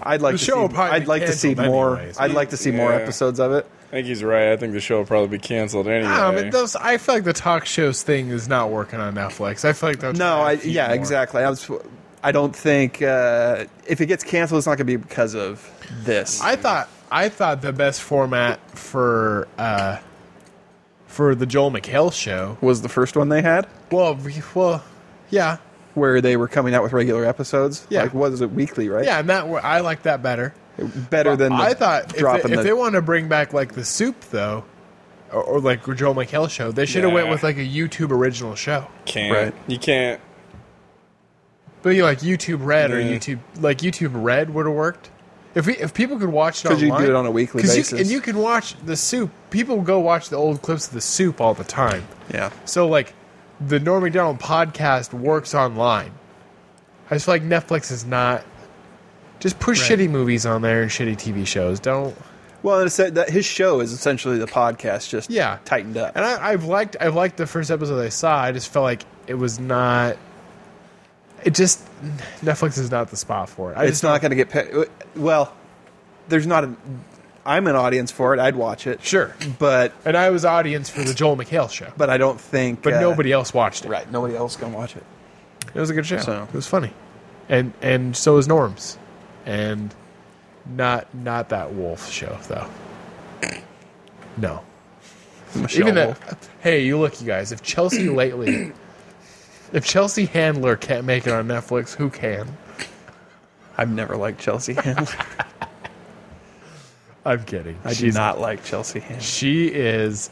B: I'd like
A: The
B: to
A: show will
B: see.
A: probably
B: I'd
A: be
B: like to see
A: canceled
B: more.
A: anyways.
B: I'd like to see more
C: Yeah.
B: episodes of it.
C: I think he's right. I think the show will probably be canceled anyway.
A: I, don't know, those, I feel like the talk shows thing is not working on Netflix. I feel like that's
B: No, I yeah, exactly. I was. I don't think uh, if it gets canceled, it's not going to be because of this.
A: I thought I thought the best format for uh, for the Joel McHale show.
B: was the first one they had
A: Well, we- well, yeah,
B: where they were coming out with regular episodes.
A: Yeah.
B: like, was it weekly? Right?
A: yeah, and that wa- I like that better.
B: better than the
A: I thought. If they,
B: dropping
A: if
B: the
A: they want to bring back like the soup though, or, or like Joel McHale show, they should have went
C: Yeah.
A: with like a YouTube original show.
C: Can't.
B: Right.
C: You can't.
A: But you like YouTube Red or
C: Yeah.
A: YouTube like YouTube Red would have worked. If we, if people could watch it
B: 'Cause you
A: online,
B: do it on a weekly
A: 'cause you-
B: basis.
A: and you can watch the soup. People go watch the old clips of the soup all the time.
B: yeah.
A: So like, the Norm Macdonald podcast works online. I just feel like Netflix is not. Just push shitty movies on there and shitty TV shows. Don't.
B: Well, and it's that, that his show is essentially the podcast, just
A: Yeah.
B: tightened up.
A: And I, I've liked I've liked the first episode I saw. I just felt like it was not. It just Netflix is not the spot for it. I
B: it's
A: just
B: not going to get picked. Well, there's not a. I'm an audience for it. I'd watch it,
A: sure.
B: but
A: And I was audience for the Joel McHale show.
B: but I don't think.
A: but
B: uh,
A: nobody else watched it.
B: right? Nobody else can watch it.
A: It was a good show.
B: So-
A: It was funny, and and so is Norm's, and not not that Wolf show though. No,
B: Michelle
A: even
B: Wolf.
A: that. Hey, you look, you guys. If Chelsea lately, if Chelsea Handler can't make it on Netflix, who can?
B: I've never liked Chelsea Handler.
A: I'm kidding.
B: I do
A: She's-
B: not like Chelsea Handler.
A: She is.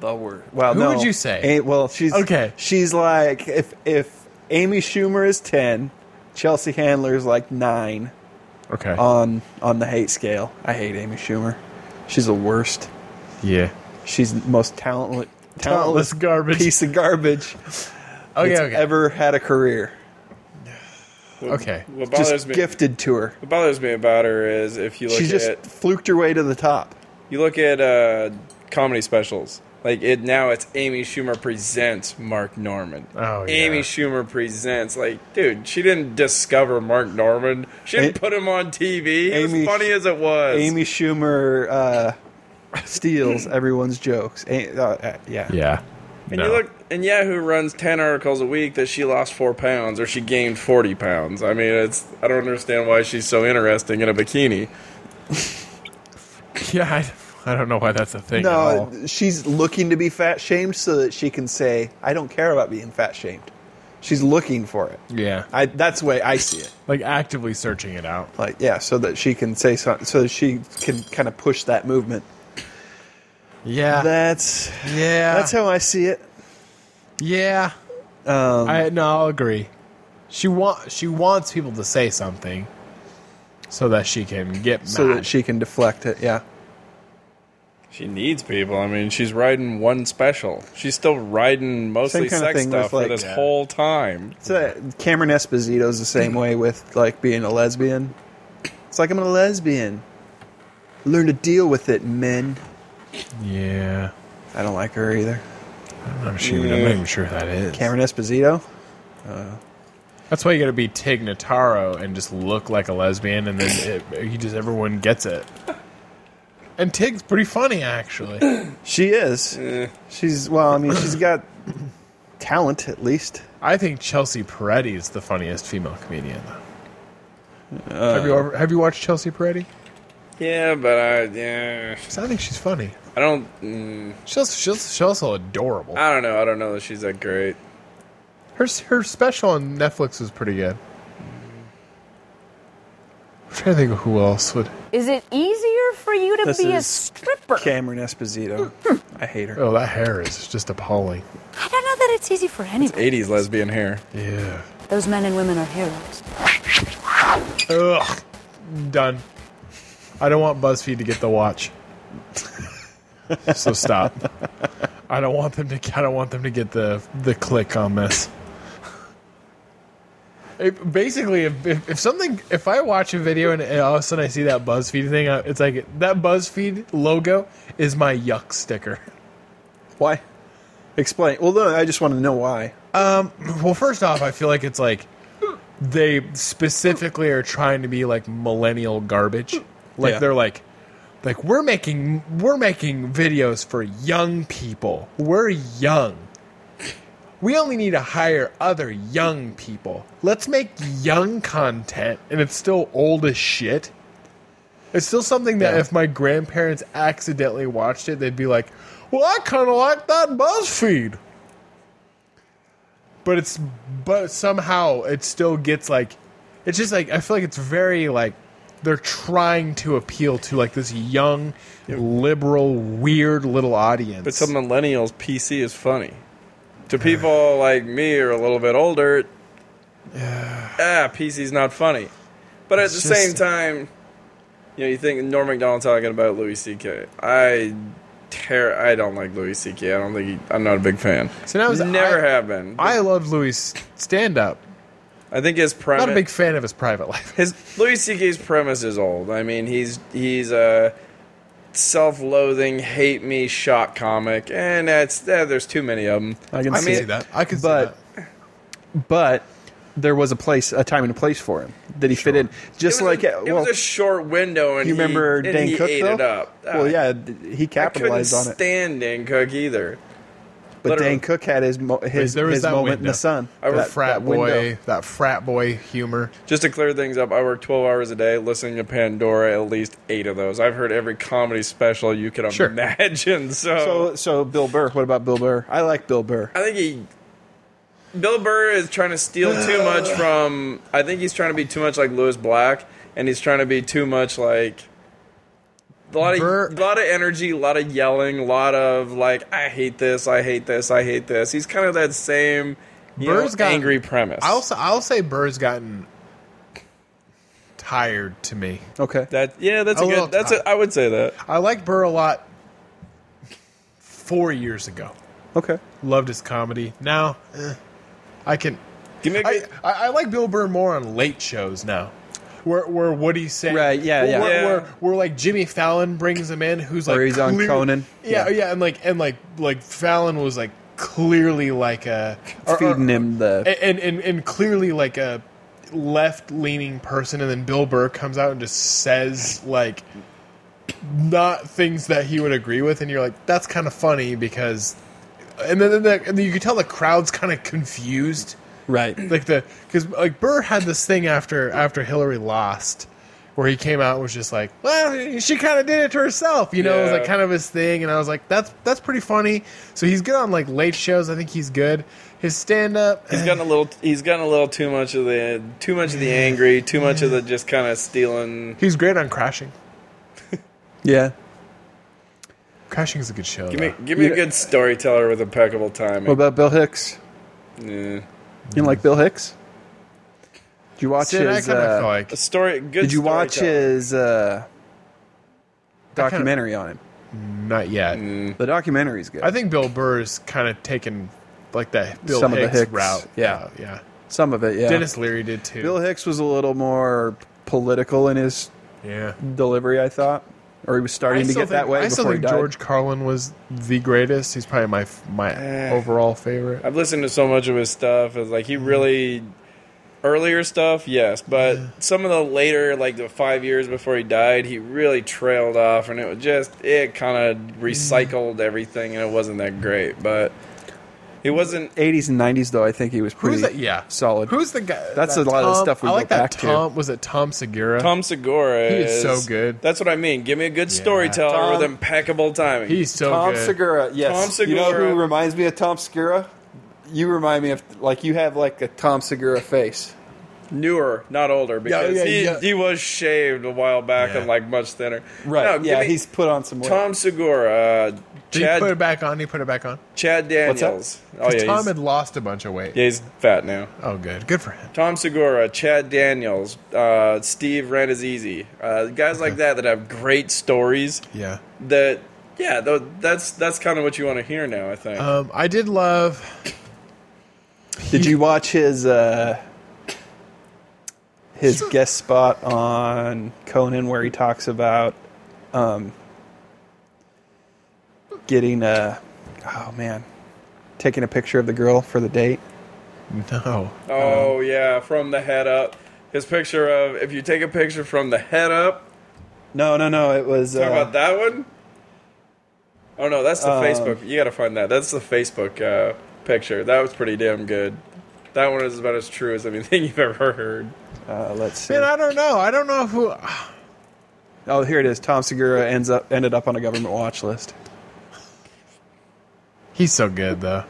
B: The word. Well,
A: Who
B: no.
A: would you say?
B: A- well, she's
A: Okay.
B: She's like if if Amy Schumer is ten, Chelsea Handler is like nine.
A: Okay.
B: On on the hate scale, I hate Amy Schumer. She's the worst.
A: Yeah.
B: She's the most talentless,
A: Talentless
B: talentless garbage piece of garbage
A: Okay,
B: that's
A: okay.
B: ever had a career.
A: Okay.
C: What bothers
B: Just
C: me,
B: gifted to her.
C: What bothers me about her is if you look
B: She
C: at
B: just fluked her way to the top.
C: you look at uh, comedy specials. Like it now, it's Amy Schumer presents Mark Norman.
A: Oh, yeah.
C: Amy Schumer presents. Like, dude, she didn't discover Mark Norman. She didn't put him on TV.
B: Amy-
C: as funny as it was.
B: Amy Schumer uh, steals everyone's jokes. A- uh, uh, yeah.
A: Yeah.
C: And you look, and Yahoo runs ten articles a week that she lost four pounds or she gained forty pounds. I mean, it's I don't understand why she's so interesting in a bikini.
A: Yeah, I, I don't know why that's a thing. at all.
B: No, she's looking to be fat shamed so that she can say, "I don't care about being fat shamed." She's looking for it.
A: Yeah.
B: I, that's the way I see it.
A: Like actively searching it out.
B: Like yeah, so that she can say something, so that she can kind of push that movement.
A: Yeah.
B: That's
A: yeah.
B: That's how I see it.
A: Yeah.
B: Um,
A: I no, I'll agree. She want she wants people to say something so that she can get mad.
B: So that she can deflect it. Yeah.
C: She needs people. I mean, she's riding one special. She's still riding mostly
B: Same kinda
C: sex
B: thing with,
C: stuff
B: like-
C: for this
B: Yeah.
C: whole time.
B: So Cameron Esposito's the same way with like being a lesbian. It's like I'm a lesbian. Learn to deal with it, men.
A: Yeah.
B: I don't like her either.
A: I'm not sure. I'm not even sure who that is.
B: Cameron Esposito. Uh,
A: That's why you got to be Tig Notaro and just look like a lesbian, and then it, you just everyone gets it. And Tig's pretty funny, actually.
B: she is. She's well. I mean, she's got talent at least.
A: I think Chelsea Peretti is the funniest female comedian. though. have
B: Uh,
A: you ever, have you watched Chelsea Peretti?
C: Yeah, but I yeah.
A: I think she's funny.
C: I don't. Mm,
A: She's also, she's, also- she's also adorable.
C: I don't know. I don't know that she's that great.
A: Her her special on Netflix was pretty good. I'm trying to think of who else would.
N: Is it easier for you to
A: This
N: be a
A: is
N: stripper?
B: Cameron Esposito. I hate her.
A: Oh, that hair is just appalling.
N: I don't know that it's easy for anybody.
C: 80s lesbian hair.
A: Yeah.
N: Those men and women are heroes.
A: Ugh. Done. I don't want BuzzFeed to get the watch. so stop. I don't want them to. I don't want them to get the the click on this. It- basically, if, if, if something, if I watch a video and, and all of a sudden I see that BuzzFeed thing, I- it's like that BuzzFeed logo is my yuck sticker.
B: Why? Explain. Well, no, I just want to know why.
A: Um. Well, first off, I feel like it's like they specifically are trying to be like millennial garbage. Like
B: Yeah.
A: they're like, like we're making we're making videos for young people. We're young. We only need to hire other young people. Let's make young content, and it's still old as shit. It's still something that if my grandparents accidentally watched it, they'd be like, "Well, I kind of like that BuzzFeed." but it's but somehow it still gets like it's just like I feel like it's very like they're trying to appeal to like this young liberal weird little audience.
C: But some millennials, PC is funny. To people like me or a little bit older, ah, PC's not funny. But at
A: It's
C: the
A: just-
C: same time, you know, you think Norm Macdonald talking about Louis C.K. I ter- I don't like Louis C.K. I don't think he, I'm not a big fan.
A: So now it's-
C: never
A: I-
C: have been.
A: I love Louis stand up.
C: I think his premise.
A: Not a big fan of his private life.
C: His Louis C.K.'s premise is old. I mean, he's he's a self-loathing, hate me, shock comic, and that's eh, there's too many of them.
B: I can
C: mean,
B: see that.
A: I can
B: but, But there was a place, a time and a place for him that he fit in. Just
C: it was
B: like
C: a, it
B: well,
C: was a short window, and
B: you remember
C: he, and
B: Dan
C: he
B: Cook
C: ate
B: though?
C: it up. Uh,
B: Well,
C: I-
B: yeah, d- he capitalized
C: I
B: on
C: couldn't
B: it.
C: Stand Dan Cook either.
B: But
C: literally-
B: Dan Cook had his mo- his,
A: there was
B: his
A: that
B: moment in
A: window.
B: the sun.
A: I
B: That-
A: frat
B: that
A: boy,
B: window.
A: that frat boy humor.
C: Just to clear things up, I work 12 hours a day listening to Pandora, at least eight of those. I've heard every comedy special you could
B: Sure.
C: imagine. So,
B: So so Bill Burr. What about Bill Burr? I like Bill Burr.
C: I think he. Bill Burr is trying to steal too much from. I think he's trying to be too much like Lewis Black, and he's trying to be too much like. A lot of a lot of energy, a lot of yelling, a lot of like, I hate this, I hate this, I hate this. He's kind of that same, you know,
A: Burr's gotten-
C: angry premise.
A: I'll s- I'll say Burr's gotten tired to me.
B: Okay.
C: That yeah, that's a,
A: A little
C: good. That's
A: tired.
C: a, I would say that.
A: I liked Burr a lot four years ago.
B: Okay.
A: Loved his comedy. Now, eh, I can.
C: Give me
A: I, I like Bill Burr more on late shows now. Where, where Woody's saying. Right,
B: yeah, yeah.
A: Where,
B: Yeah.
A: Where, where, like Jimmy Fallon brings him in, who's like.
B: Or he's on
A: clear-
B: Conan.
A: Yeah, yeah, and like, and like, like Fallon was like clearly like a. or- Eh, or-
B: Feeding him the
A: and and and clearly like a left leaning person, and then Bill Burr comes out and just says like not things that he would agree with, and you're like, that's kind of funny because, and then, then the, and then you can tell the crowd's kind of confused,
B: right?
A: Like the because like Burr had this thing after after Hillary lost. Where he came out and was just like, well, she kind of did it to herself, you know. It was like
C: Yeah.
A: kind of his thing, and I was like, that's that's pretty funny. So he's good on like late shows. I think he's good. His stand up,
C: He's gotten a little. He's gotten a little too much of the too much of the angry, too much of the just kind of stealing.
A: He's great on Crashing.
B: yeah.
A: Crashing is a good show.
C: Give me give me a
B: Yeah.
C: good storyteller with impeccable timing.
B: What about Bill Hicks?
C: Yeah.
B: You didn't like Bill Hicks? Did you watch
C: See, that
B: his?
C: kinda
B: uh,
C: felt like- A story- good
B: Did you watch
C: storytelling.
B: his uh,
A: kinda-
B: documentary on him?
A: Not yet.
C: Mm.
B: The documentary's good.
A: I think Bill Burr's kind of taken like that Bill
B: Some of the
A: Hicks,
B: Hicks,
A: route.
B: yeah.
A: Uh, yeah.
B: Some of it, yeah.
A: Dennis Leary did too.
B: Bill Hicks was a little more political in his
A: Yeah.
B: delivery, I thought, or he was starting to
A: still
B: get that
A: think-
B: way
A: I
B: before
A: still
B: he
A: think
B: died.
A: George Carlin was the greatest. He's probably my my
C: Eh.
A: overall favorite. Mm-hmm.
C: I've listened to so much of his stuff. It's like he really earlier stuff, yes, but some of the later, like the five years before he died, he really trailed off, and it was just it
A: Mm.
C: kind of recycled everything, and it wasn't that great. But he wasn't.
B: Eighties and nineties, though, I think he was pretty
A: Who's that? Yeah.
B: solid.
A: Who's the guy?
B: That's
A: that
B: a lot of the
A: Tom-
B: stuff we
A: I like
B: go
A: that
B: back
A: Tom,
B: to.
A: Was it Tom Segura?
C: Tom Segura.
A: He is
C: is
A: so good.
C: That's what I mean. Give me a good storyteller
B: Tom-
C: with impeccable timing.
A: He's so
B: Tom Segura, yes.
C: Tom Segura.
B: You know who reminds me of Tom Segura? You remind me of like you have like a Tom Segura face.
C: newer, not older, because
B: yeah,
C: he,
B: yeah.
C: he was shaved a while back and like much thinner.
B: Right.
C: No, give
B: yeah,
C: me
B: he's put on some weight.
C: Tom Segura, uh,
A: Did he put
C: Chad,
A: it back on? He put it back on.
C: Chad
A: What's that?
C: Daniels. Oh
A: 'Cause
C: yeah,
A: Tom
C: he's,
A: had lost a bunch of weight.
C: yeah, he's fat now.
A: Oh, good, good for him.
C: Tom Segura, Chad Daniels, uh, Steve Ranazizi, uh, guys like that that have great stories.
A: Yeah.
C: That yeah, tho- that's that's kind of what you want to hear now. I think.
A: Um, I did love.
B: Did you watch his uh, his guest spot on Conan where he talks about um, getting a oh man taking a picture of the girl for the date?
A: No.
C: oh
A: um,
C: yeah, from the head up. His picture of if you take a picture from the head up.
B: No, no, no. It was
C: Talk
B: uh,
C: about that one. Oh no, that's the
B: um,
C: Facebook. You got to find that. That's the Facebook uh, picture. That was pretty damn good. That one is about as true as anything you've ever heard.
B: Uh, let's see.
A: Man, I don't know. I don't know if who.
B: Oh, here it is. Tom Segura ends up ended up on a government watch list.
A: He's so good though.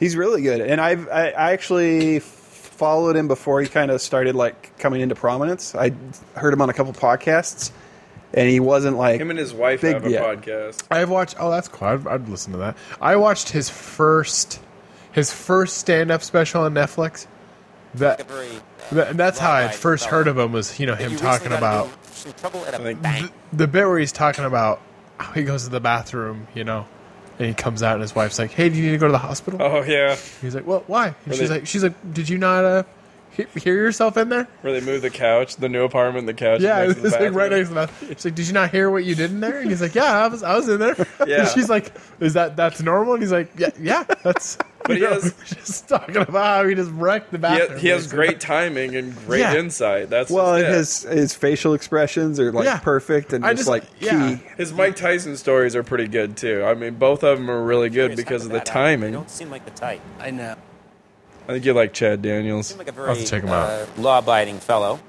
B: He's really good, and I've I, I actually f- followed him before he kind of started like coming into prominence. I heard him on a couple podcasts, and he wasn't like
C: Him and his wife
B: Big-
C: have a
B: yeah.
C: podcast.
A: I've watched. Oh, that's cool. I'd, I'd listen to that. I watched his first, his first stand-up special on Netflix. That, that- and that's how I first heard of him. Was you know him talking about
O: some trouble at a
A: th- the bit where he's talking about how he goes to the bathroom, you know, and he comes out and his wife's like, "Hey, do you need to go to the hospital?"
C: Oh yeah.
A: He's like, "Well, why?" And
C: Were
A: she's
C: they-
A: like, "She's like, did you not uh, he- hear yourself in there?"
C: Where they moved the couch, the new apartment, the couch.
A: Yeah,
C: next to
A: it's
C: the
A: like
C: bathroom.
A: right next to the bathroom. She's like, "Did you not hear what you did in there?" And he's like, "Yeah, I was, I was in there."
C: Yeah.
A: And she's like, "Is that that's normal?" And he's like, "Yeah, yeah, that's."
C: But he
A: you know,
C: has-
A: just talking about how he just wrecked the
C: He,
A: bathroom.
C: ha- he has
A: basically.
C: great timing and great
A: Yeah.
C: insight. That's
B: well,
C: just
B: and
C: it.
B: his his facial expressions are like
C: Yeah.
B: perfect and
C: I
B: just,
C: just-
B: like
C: yeah.
B: key.
C: His Mike Tyson stories are pretty good too. I mean, both of them are really good because of the timing. I
O: seem like the type. I know.
C: think you like Chad Daniels.
O: Seem like a very uh, law-abiding fellow.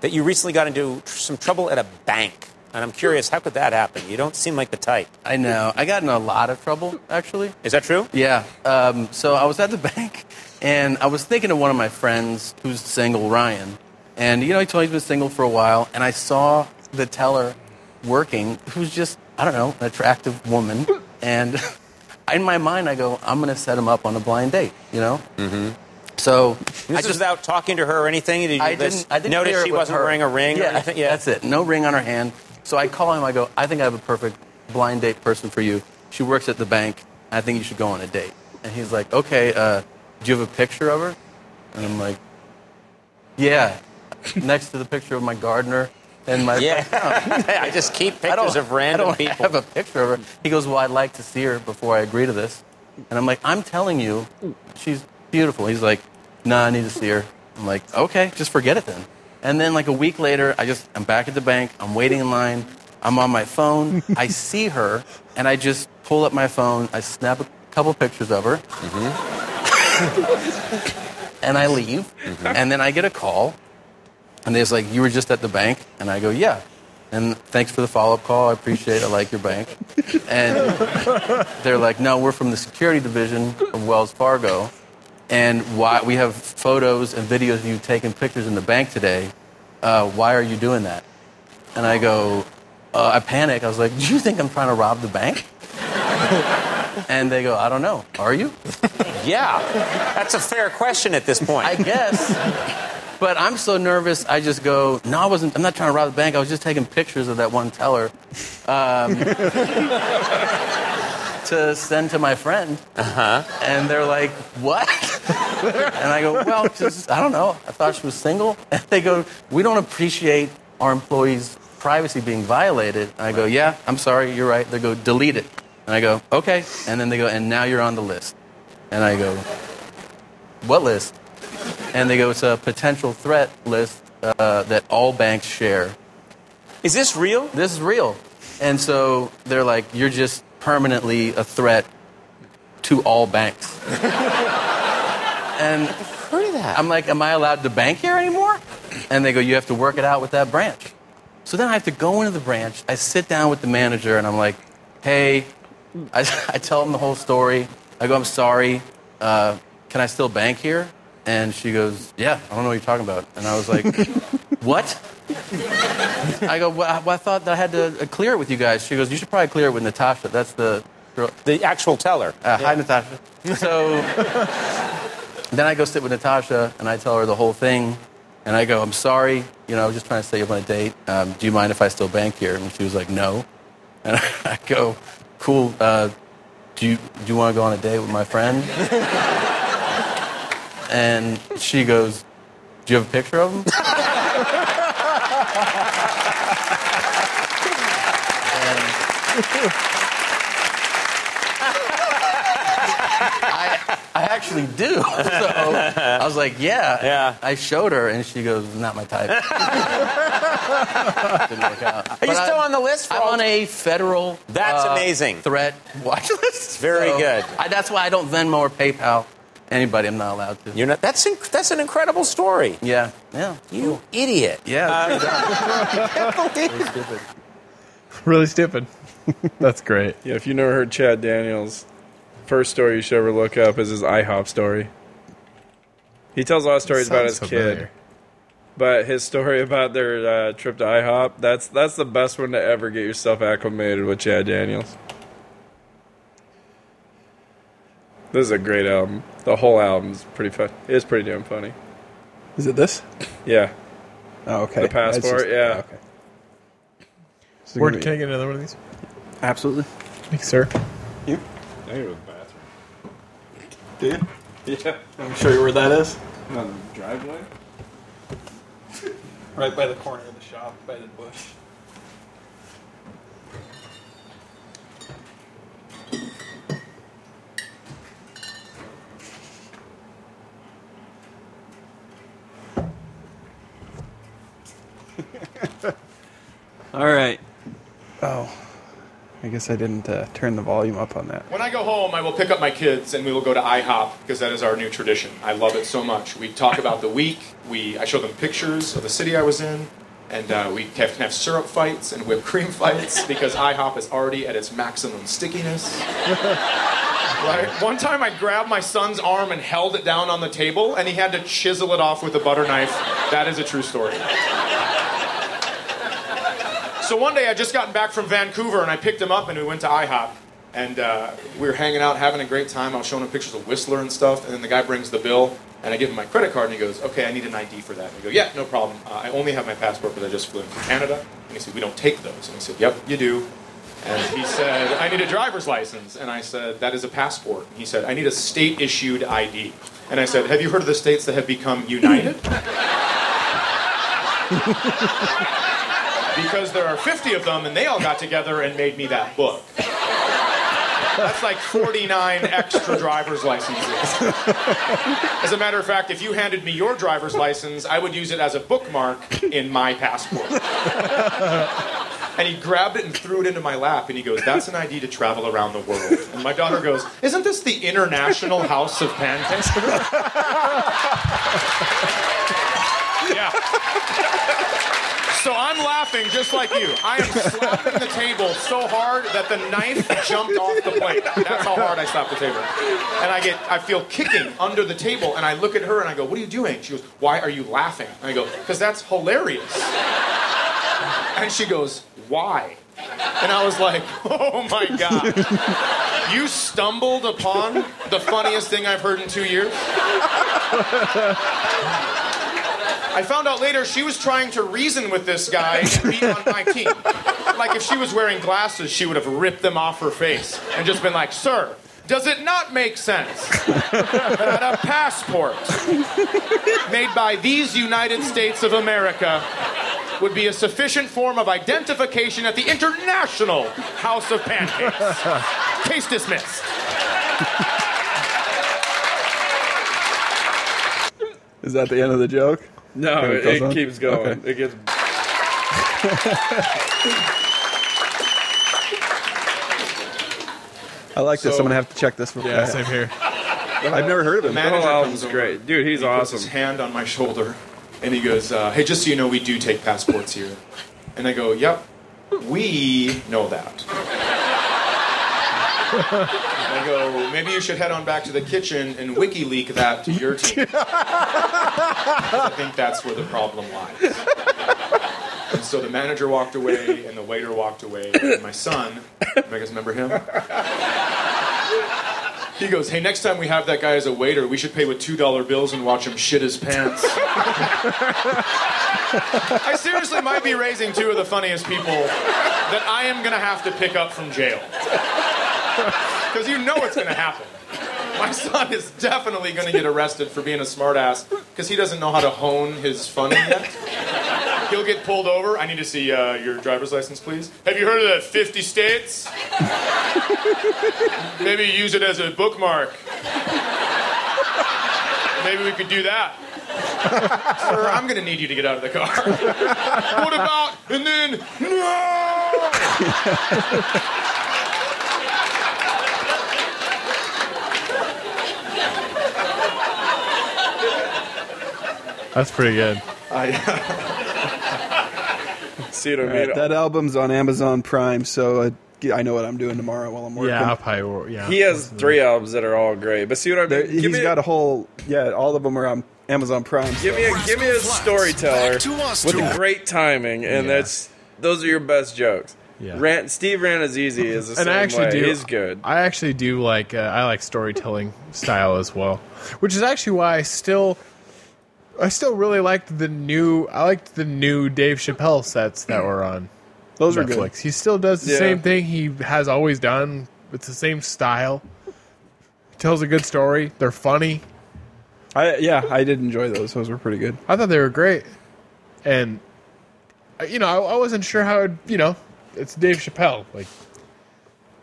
O: That you recently got into tr- some trouble at a bank, and I'm curious, how could that happen? You don't seem like the type.
P: I know. I got in a lot of trouble, actually.
O: Is that true?
P: Yeah. Um, so I was at the bank, and I was thinking of one of my friends who's single, Ryan. And, you know, he told me he's been single for a while, and I saw the teller working, who's just, I don't know, an attractive woman. And in my mind, I go, I'm going to set him up on a blind date, you know?
O: Mm-hmm.
P: So
O: This is without talking to her or anything. Did you
P: I
O: just
P: didn't, I didn't
O: notice
P: clear it
O: she
P: with
O: wasn't
P: her.
O: wearing a ring
P: Yeah,
O: or anything?
P: that's it. No ring on her hand. So I call him. I go, I think I have a perfect blind date person for you. She works at the bank. I think you should go on a date. And he's like, okay, uh, do you have a picture of her? And I'm like, yeah, next to the picture of my gardener and my Oh,
O: Yeah.
P: I
O: just keep
P: I don't-
O: pictures of random
P: I don't
O: people.
P: have a picture of her. He goes, well, I'd like to see her before I agree to this. And I'm like, I'm telling you, she's beautiful. He's like, nah, I need to see her. I'm like, okay, just forget it then. And then like a week later, I just I'm back at the bank. I'm waiting in line. I'm on my phone. I see her, and I just pull up my phone. I snap a couple pictures of her
O: Mm-hmm.
P: and I leave. And then I get a call, and they're like, "You were just at the bank," and I go, "Yeah." And thanks for the follow-up call. I appreciate. it. I like your bank. And they're like, "No, we're from the security division of Wells Fargo, and why we have photos and videos of you taking pictures in the bank today. Uh, why are you doing that?" And I go, uh, I panic. I was like, "Do you think I'm trying to rob the bank?" and they go, "I don't know. Are you?"
O: Yeah, that's a fair question at this point.
P: I guess. But I'm so nervous, I just go, no, I wasn't, I'm not trying to rob the bank. I was just taking pictures of that one teller um, to send to my friend. Uh-huh. And they're like, what? and I go, well, just, I don't know. I thought she was single. And they go, we don't appreciate our employees' privacy being violated. And I go, yeah, I'm sorry, you're right. They go, delete it. And I go, okay. And then they go, and now you're on the list. And I go, what list? And they go, it's a potential threat list uh, that all banks share.
O: Is this real?
P: This is real. And so they're like, you're just permanently a threat to all banks. and heard of that. I'm like, am I allowed to bank here anymore? And they go, you have to work it out with that branch. So then I have to go into the branch. I sit down with the manager and I'm like, hey, I, I tell him the whole story. I go, I'm sorry. Uh, can I still bank here? And she goes, yeah, I don't know what you're talking about. And I was like, what? I go, well, I, well, I thought that I had to uh, clear it with you guys. She goes, you should probably clear it with Natasha. That's the girl.
O: The actual teller.
P: Uh, Hi, Natasha. So then I go sit with Natasha and I tell her the whole thing. And I go, I'm sorry, you know, I was just trying to set you up on a date. Um, do you mind if I still bank here? And she was like, no. And I go, cool. Uh, do you, do you want to go on a date with my friend? and she goes, do you have a picture of him? I, I actually do. So I was like, yeah. Yeah. I showed her, and she goes, not my type. Didn't work out.
O: Are you still on the list? For
P: I'm on a federal.
O: That's
P: uh,
O: amazing.
P: Threat watch list.
O: Very
P: So
O: good.
P: I, that's why I don't Venmo or PayPal anybody. I'm not allowed to. You're
O: not. That's that's an incredible story.
P: Yeah. Yeah.
O: You idiot.
P: Yeah.
A: Really stupid. That's great.
C: Yeah, if you never heard Chad Daniels, first story you should ever look up is his IHOP story. He tells a lot of stories about his
A: Sounds familiar.
C: kid, but his story about their uh, trip to IHOP that's that's the best one to ever get yourself acclimated with Chad Daniels. This is a great album. The whole album's pretty fun. It's pretty damn funny.
B: Is it this?
C: Yeah.
B: Oh, okay.
C: The passport.
B: That's just-
C: yeah.
B: It's
A: Where,
B: gonna be-
A: can I get another one of these?
B: Absolutely.
A: Thanks, sir.
B: You?
C: I go to the bathroom.
B: Do you?
C: Yeah.
B: I'm sure you where that is.
C: On the driveway.
B: Right by the corner of the shop, by the bush.
P: All right.
B: Oh, I guess I didn't uh, turn the volume up on that.
Q: When I go home, I will pick up my kids and we will go to IHOP because that is our new tradition. I love it so much. We talk about the week. We I show them pictures of the city I was in, and uh, we have, can have syrup fights and whipped cream fights because IHOP is already at its maximum stickiness. Right? One time, I grabbed my son's arm and held it down on the table, and he had to chisel it off with a butter knife. That is a true story. So one day I just gotten back from Vancouver and I picked him up and we went to IHOP. And uh, we were hanging out, having a great time. I was showing him pictures of Whistler and stuff. And then the guy brings the bill, and I give him my credit card, and he goes, "Okay, I need an ID for that." And I go, "Yeah, no problem. Uh, I only have my passport because I just flew in from Canada." And he said, "We don't take those." And he said, "Yep, you do." And he said, "I need a driver's license." And I said, "That is a passport." And he said, "I need a state-issued ID." And I said, "Have you heard of the states that have become united?" because there are 50 of them and they all got together and made me that book. That's like 49 extra driver's licenses. As a matter of fact, if you handed me your driver's license, I would use it as a bookmark in my passport. And he grabbed it and threw it into my lap and he goes, That's an ID to travel around the world. And my daughter goes, Isn't this the International House of Pancakes?
O: Uh,
Q: yeah. So I'm laughing just like you. I am slapping the table so hard that the knife jumped off the plate. That's how hard I slapped the table. And I get, I feel kicking under the table, and I look at her and I go, "What are you doing?" She goes, "Why are you laughing?" And I go, "Cause that's hilarious." And she goes, "Why?" And I was like, "Oh my god." You stumbled upon the funniest thing I've heard in two years. I found out later she was trying to reason with this guy and be on my team. Like if she was wearing glasses, she would have ripped them off her face and just been like, "Sir, does it not make sense that a passport made by these United States of America would be a sufficient form of identification at the International House of Pancakes?" Case dismissed.
B: Is that the end of the joke?
C: No,
B: Or
C: it,
B: goes
C: it
B: on?
C: keeps going.
B: Okay.
C: It gets.
B: I like this.
C: So-
B: I'm gonna have to check this. For
C: Yeah, same here.
B: I've never heard of him.
Q: The manager
B: Oh,
Q: comes
B: Alvin's
Q: over,
B: great.
C: dude. He's
Q: he
C: awesome.
Q: Puts his hand on my shoulder, and he goes, uh, "Hey, just so you know, we do take passports here." And I go, "Yep, we know that." And I go, "Maybe you should head on back to the kitchen and WikiLeak that to your team." 'Cause I think that's where the problem lies. And so the manager walked away, and the waiter walked away, and my son, you guys remember him? He goes, "Hey, next time we have that guy as a waiter, we should pay with two dollar bills and watch him shit his pants." I seriously might be raising two of the funniest people that I am gonna have to pick up from jail because you know it's gonna happen. My son is definitely gonna get arrested for being a smartass because he doesn't know how to hone his funny yet. He'll get pulled over. I need to see uh, your driver's license, please. Have you heard of the 50 states? Maybe use it as a bookmark. Maybe we could do that. Sir, I'm going to need you to get out of the car. what about, and then, no!
A: That's pretty good.
C: See what I
B: All right,
C: mean?
B: that album's on Amazon Prime, so I, I know what I'm doing tomorrow while I'm working.
A: probably.
C: He has three albums that are all great. But see what I mean?
B: There, he's
C: me a-
B: got a whole yeah. All of them are on Amazon Prime.
C: Give
B: so-
C: me a give me a storyteller
B: us
C: with
B: two.
C: great timing, and that's those are your best jokes.
A: Yeah.
C: Rant, Steve Ranazizi is the
A: and
C: same
A: I actually
C: way.
A: do.
C: He's good.
A: I actually do like uh, I like storytelling style as well, which is actually why I still I still really liked the new I liked the new Dave Chappelle sets that were on.
B: Those
A: Netflix.
B: are good.
A: He still does the
B: Yeah.
A: same thing he has always done. It's the same style. He tells a good story. They're funny.
B: I yeah, I did enjoy those. Those were pretty good.
A: I thought they were great, and uh, you know, I, I wasn't sure how it, you know, it's Dave Chappelle, like,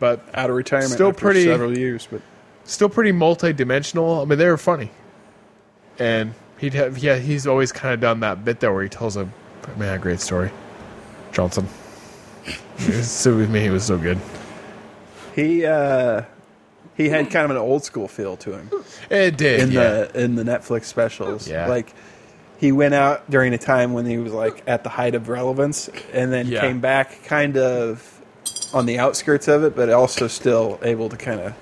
A: but
B: out of retirement,
A: still
B: after
A: pretty
B: several years, but
A: still pretty multi-dimensional. I mean, they were funny, and he'd have yeah, he's always kind of done that bit there where he tells a man a great story. Johnson, It was- so with me, it was so good.
B: He uh, he had kind of an old school feel to him.
A: It did
B: in
A: yeah.
B: the in the Netflix specials.
A: Yeah.
B: like he went out during a time when he was like at the height of relevance, and then
A: Yeah.
B: came back kind of on the outskirts of it, but also still able to kind of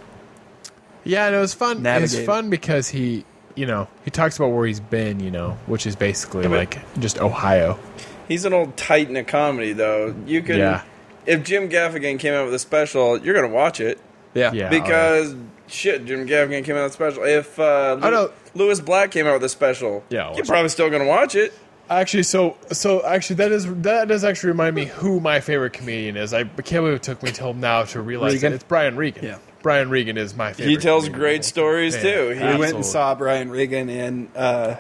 A: Yeah, and it was fun. It
B: Navigate
A: was
B: it.
A: fun because he, you know, he talks about where he's been, you know, which is basically like just Ohio.
C: He's an old titan of comedy, though. You can,
A: Yeah.
C: if Jim Gaffigan came out with a special, you're gonna watch it.
A: Yeah. Oh, Yeah.
C: because shit, Jim Gaffigan came out with a special. If uh, Lew- Lewis Black came out with a special,
A: Yeah, I'll
C: you're
A: watch
C: probably still gonna watch it.
A: Actually, so so actually, that is that does actually remind me who my favorite comedian is. I can't believe it took me till now to realize
C: Regan?
A: it. it's Brian Regan. Yeah, Brian Regan is my favorite.
C: He tells great stories
A: Yeah,
C: too.
A: yeah.
C: He-
A: Absolutely.
B: We went and saw Brian Regan in uh,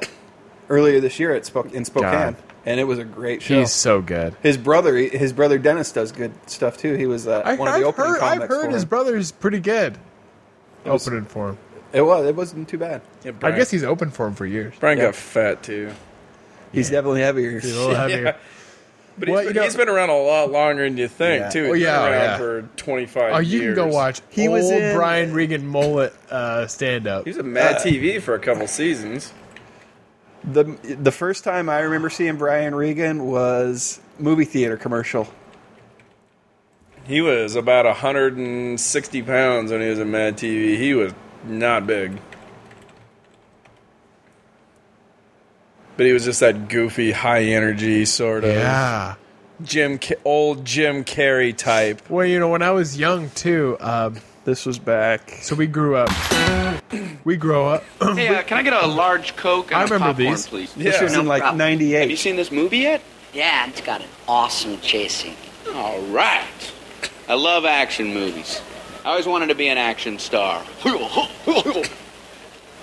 B: earlier this year at Spok- in Spokane,
A: God.
B: and it was a great show.
A: He's so good.
B: his brother, his brother Dennis, does good stuff too. He was uh,
A: I,
B: one of the
A: I've
B: opening
A: heard,
B: comics
A: I've heard
B: for
A: his
B: him.
A: brother's pretty good.
B: It was-
A: opening for him.
B: It was. It wasn't too bad.
A: I guess he's open for him for years.
C: Brian
B: Yeah.
C: got fat too.
B: He's definitely heavier.
A: He's a little heavier.
C: Yeah. But he's been, he's been around a lot longer than you think
A: Yeah.
C: too.
A: Oh,
C: He's
A: yeah,
C: been
A: oh,
C: around
A: yeah.
C: for 25
A: Oh, you
C: years.
A: can go watch. He
C: He
A: old
C: was
A: was
C: in- Uh,
A: Brian Regan mullet uh, stand up.
C: He was at Mad TV for a couple seasons.
B: the The first time I remember seeing Brian Regan was movie theater commercial.
C: He was about 160 pounds when he was in Mad TV. He was not big. But he was just that goofy, high energy sort of
A: Yeah.
C: Jim, Ca- old Jim Carrey type.
A: Well, you know, when I was young too. Um,
B: this was back.
A: So we grew up. we grow up.
R: Hey, uh, can I get a large Coke and
A: I
R: a
A: remember
R: popcorn,
A: these.
R: please?
A: This was in, like,
R: problem.
B: 98.
R: Have you seen this movie yet?
S: Yeah, it's got an awesome chasing.
R: All right. I love action movies. I always wanted to be an action star.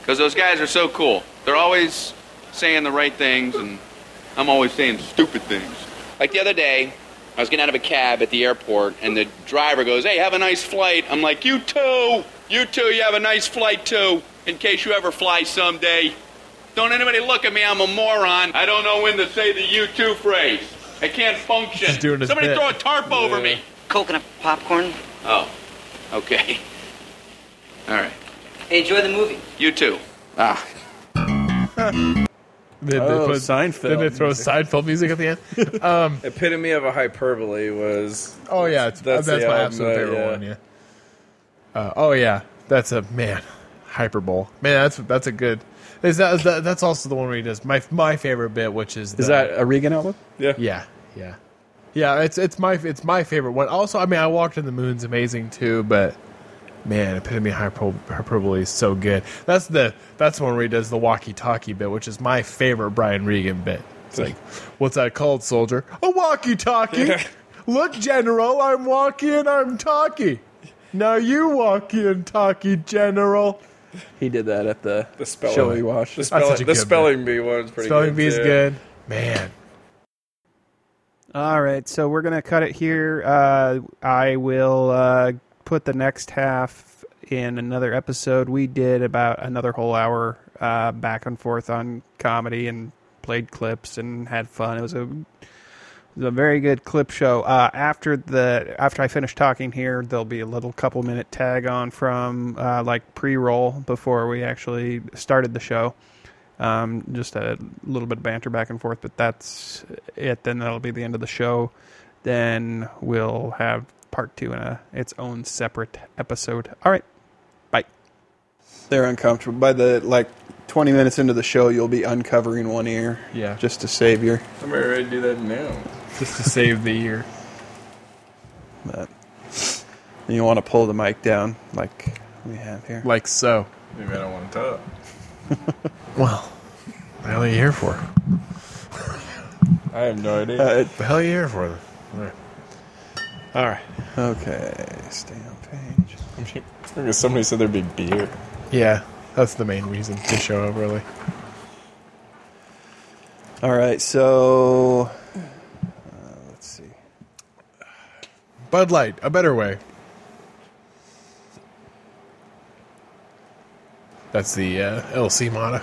R: Because those guys are so cool. They're always saying the right things, and I'm always saying stupid things. Like the other day, I was getting out of a cab at the airport, and the driver goes, Hey, have a nice flight. I'm like, You too. You too. You have a nice flight, too, in case you ever fly someday. Don't anybody look at me. I'm a moron. I don't know when to say the you too phrase. I can't function.
A: He's doing his
R: Somebody
A: bit.
R: throw a tarp over me.
S: Coconut popcorn.
R: Oh, okay. All right.
S: Hey, enjoy the movie.
R: You too. Ah.
A: Then
C: Oh,
A: they put,
C: Seinfeld
A: Then they throw
C: music.
A: Seinfeld music at the end. Um,
C: Epitome of a hyperbole was.
A: oh yeah, it's, that's,
C: the
A: my
C: album
A: absolute
C: that-
A: favorite one. Yeah. Uh, oh yeah, that's a man hyperbole. Man, that's that's a good. Is that, is that that's also the one where he does my my favorite bit, which is the,
B: Is that a Regan album?
C: Yeah.
A: Yeah. Yeah. Yeah, it's it's my it's my favorite one. Also, I mean, I walked in the moon's amazing too, but man, epitome of hyperbole, hyperbole is so good. That's the that's the one where he does the walkie-talkie bit, which is my favorite Brian Regan bit. It's like, what's that called, soldier? A walkie-talkie. Look, General, I'm walkie-in, I'm talkie. Now you walkie and talkie, General.
B: He did that at the,
C: the
B: show we watched.
C: The, spell, the spelling bee one's pretty
A: Spelling
C: good.
A: bee's
C: too.
A: good. Man.
T: All right, so we're gonna cut it here. Uh, I will uh, put the next half in another episode. We did about another whole hour uh, back and forth on comedy and played clips and had fun. It was a it was a very good clip show. Uh, after the after I finish talking here, there'll be a little couple minute tag on from uh, like pre roll before we actually started the show. Um, just a little bit of banter back and forth, but that's it. Then that'll be the end of the show. Then we'll have part two in a its own separate episode. All right, bye.
B: They're uncomfortable. By the like twenty minutes into the show, you'll be uncovering one ear.
A: Yeah.
B: just to save your.
C: Somebody ready to do that now.
A: Just to save the year.
B: But you want to pull the mic down like we have here.
A: Like so.
C: Maybe I don't want to talk.
A: Well, what the hell are you here for?
C: I have no idea.
A: Uh, it- the hell are you here for? Then? All right. All right.
B: Okay, stay on page.
C: Because somebody said there'd be beer.
A: Yeah, that's the main reason to show up early.
B: All right, so uh, let's see.
A: Bud Light, a better way. That's the uh, LC motto.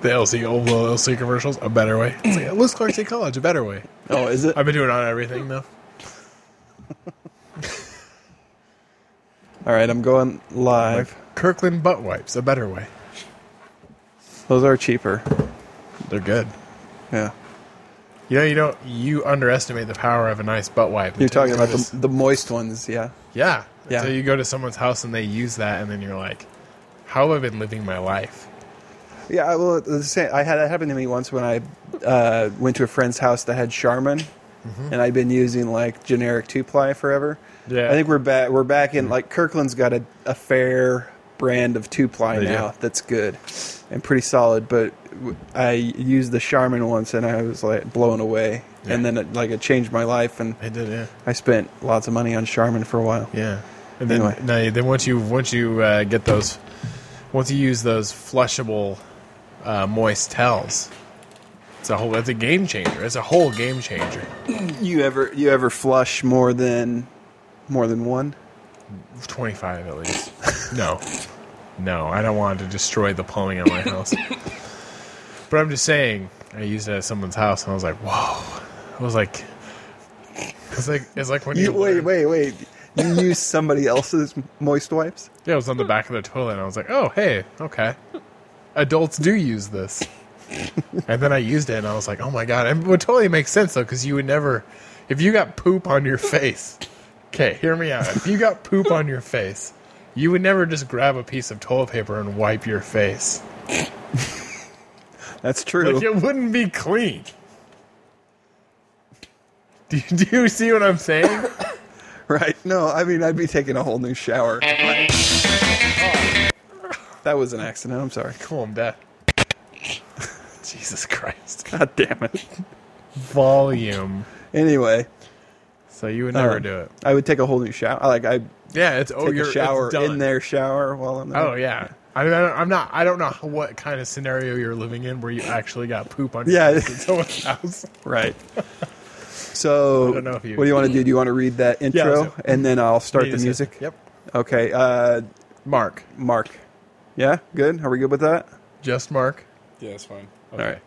A: The LC Oval LC commercials, a better way. It's like, Liz Clark State College, a better way.
B: Oh, is it?
A: I've been doing it on everything though.
B: All right, I'm going live.
A: Kirkland butt wipes, a better way.
B: Those are cheaper.
A: They're good.
B: Yeah.
A: You know, you don't. You underestimate the power of a nice butt wipe.
B: You're talking about
A: Just-
B: the, the moist ones, yeah.
A: Yeah.
B: Yeah.
A: So you go to someone's house and they use that, and then you're like, "How have I been living my life?"
B: Yeah, I well, the same, I had that happen to me once when I uh,
A: Mm-hmm.
B: went to a friend's house that had Charmin, and I'd been using like generic two ply forever. I think we're back. We're back
A: Mm-hmm.
B: in like Kirkland's got a, a fair brand of two ply
A: They do.
B: now that's good and pretty solid. But w- I used the Charmin once and I was like blown away. And then it, like it changed my life and
A: it did. Yeah,
B: I spent lots of money on Charmin for a while.
A: Yeah, And then,
B: Anyway.
A: no, then once you once you uh, get those, once you use those flushable, uh, moist towels, it's a whole. That's a game changer. It's a whole game changer.
B: you ever you ever flush more than more than one?
A: Twenty five at least. No, no, I don't want to destroy the plumbing on my house. but I'm just saying, I used it at someone's house, and I was like, whoa. I was like, it's like it's like when you,
B: You, wait, wait, wait. You use somebody else's moist wipes?
A: yeah, it was on the back of the toilet, and I was like, oh hey, okay, adults do use this. and then I used it, and I was like, oh my god, and it would totally make sense though, because you would never, if you got poop on your face. Okay, hear me out. If you got poop on your face, you would never just grab a piece of toilet paper and wipe your face.
B: That's true.
A: Like it wouldn't be clean. Do you, do you see what I'm saying?
B: right. No, I mean I'd be taking a whole new shower. That was an accident. I'm sorry.
A: Calm down. Jesus Christ.
B: God damn it.
A: Volume.
B: Anyway. Uh,
A: So you would never do it.
B: I would take a whole new shower. Like I
A: Yeah, it's oh,
B: take
A: you're
B: a
A: it's
B: shower
A: done.
B: in their shower while I'm there.
A: Oh yeah. I mean, I don't, I'm not. I don't know what kind of scenario you're living in where you actually got poop on your
B: Yeah.
A: face at someone's house.
B: Right. So,
A: I don't know if you-
B: what do you want to do? Do you want to read that
A: Yeah,
B: intro
A: let's do it.
B: and then I'll start
A: Me
B: the
A: just-
B: music?
A: yep.
B: Okay. Uh,
A: Mark.
B: Mark. Yeah. Good. Are we good with that?
A: Just Mark.
C: Yeah, that's fine.
B: All right.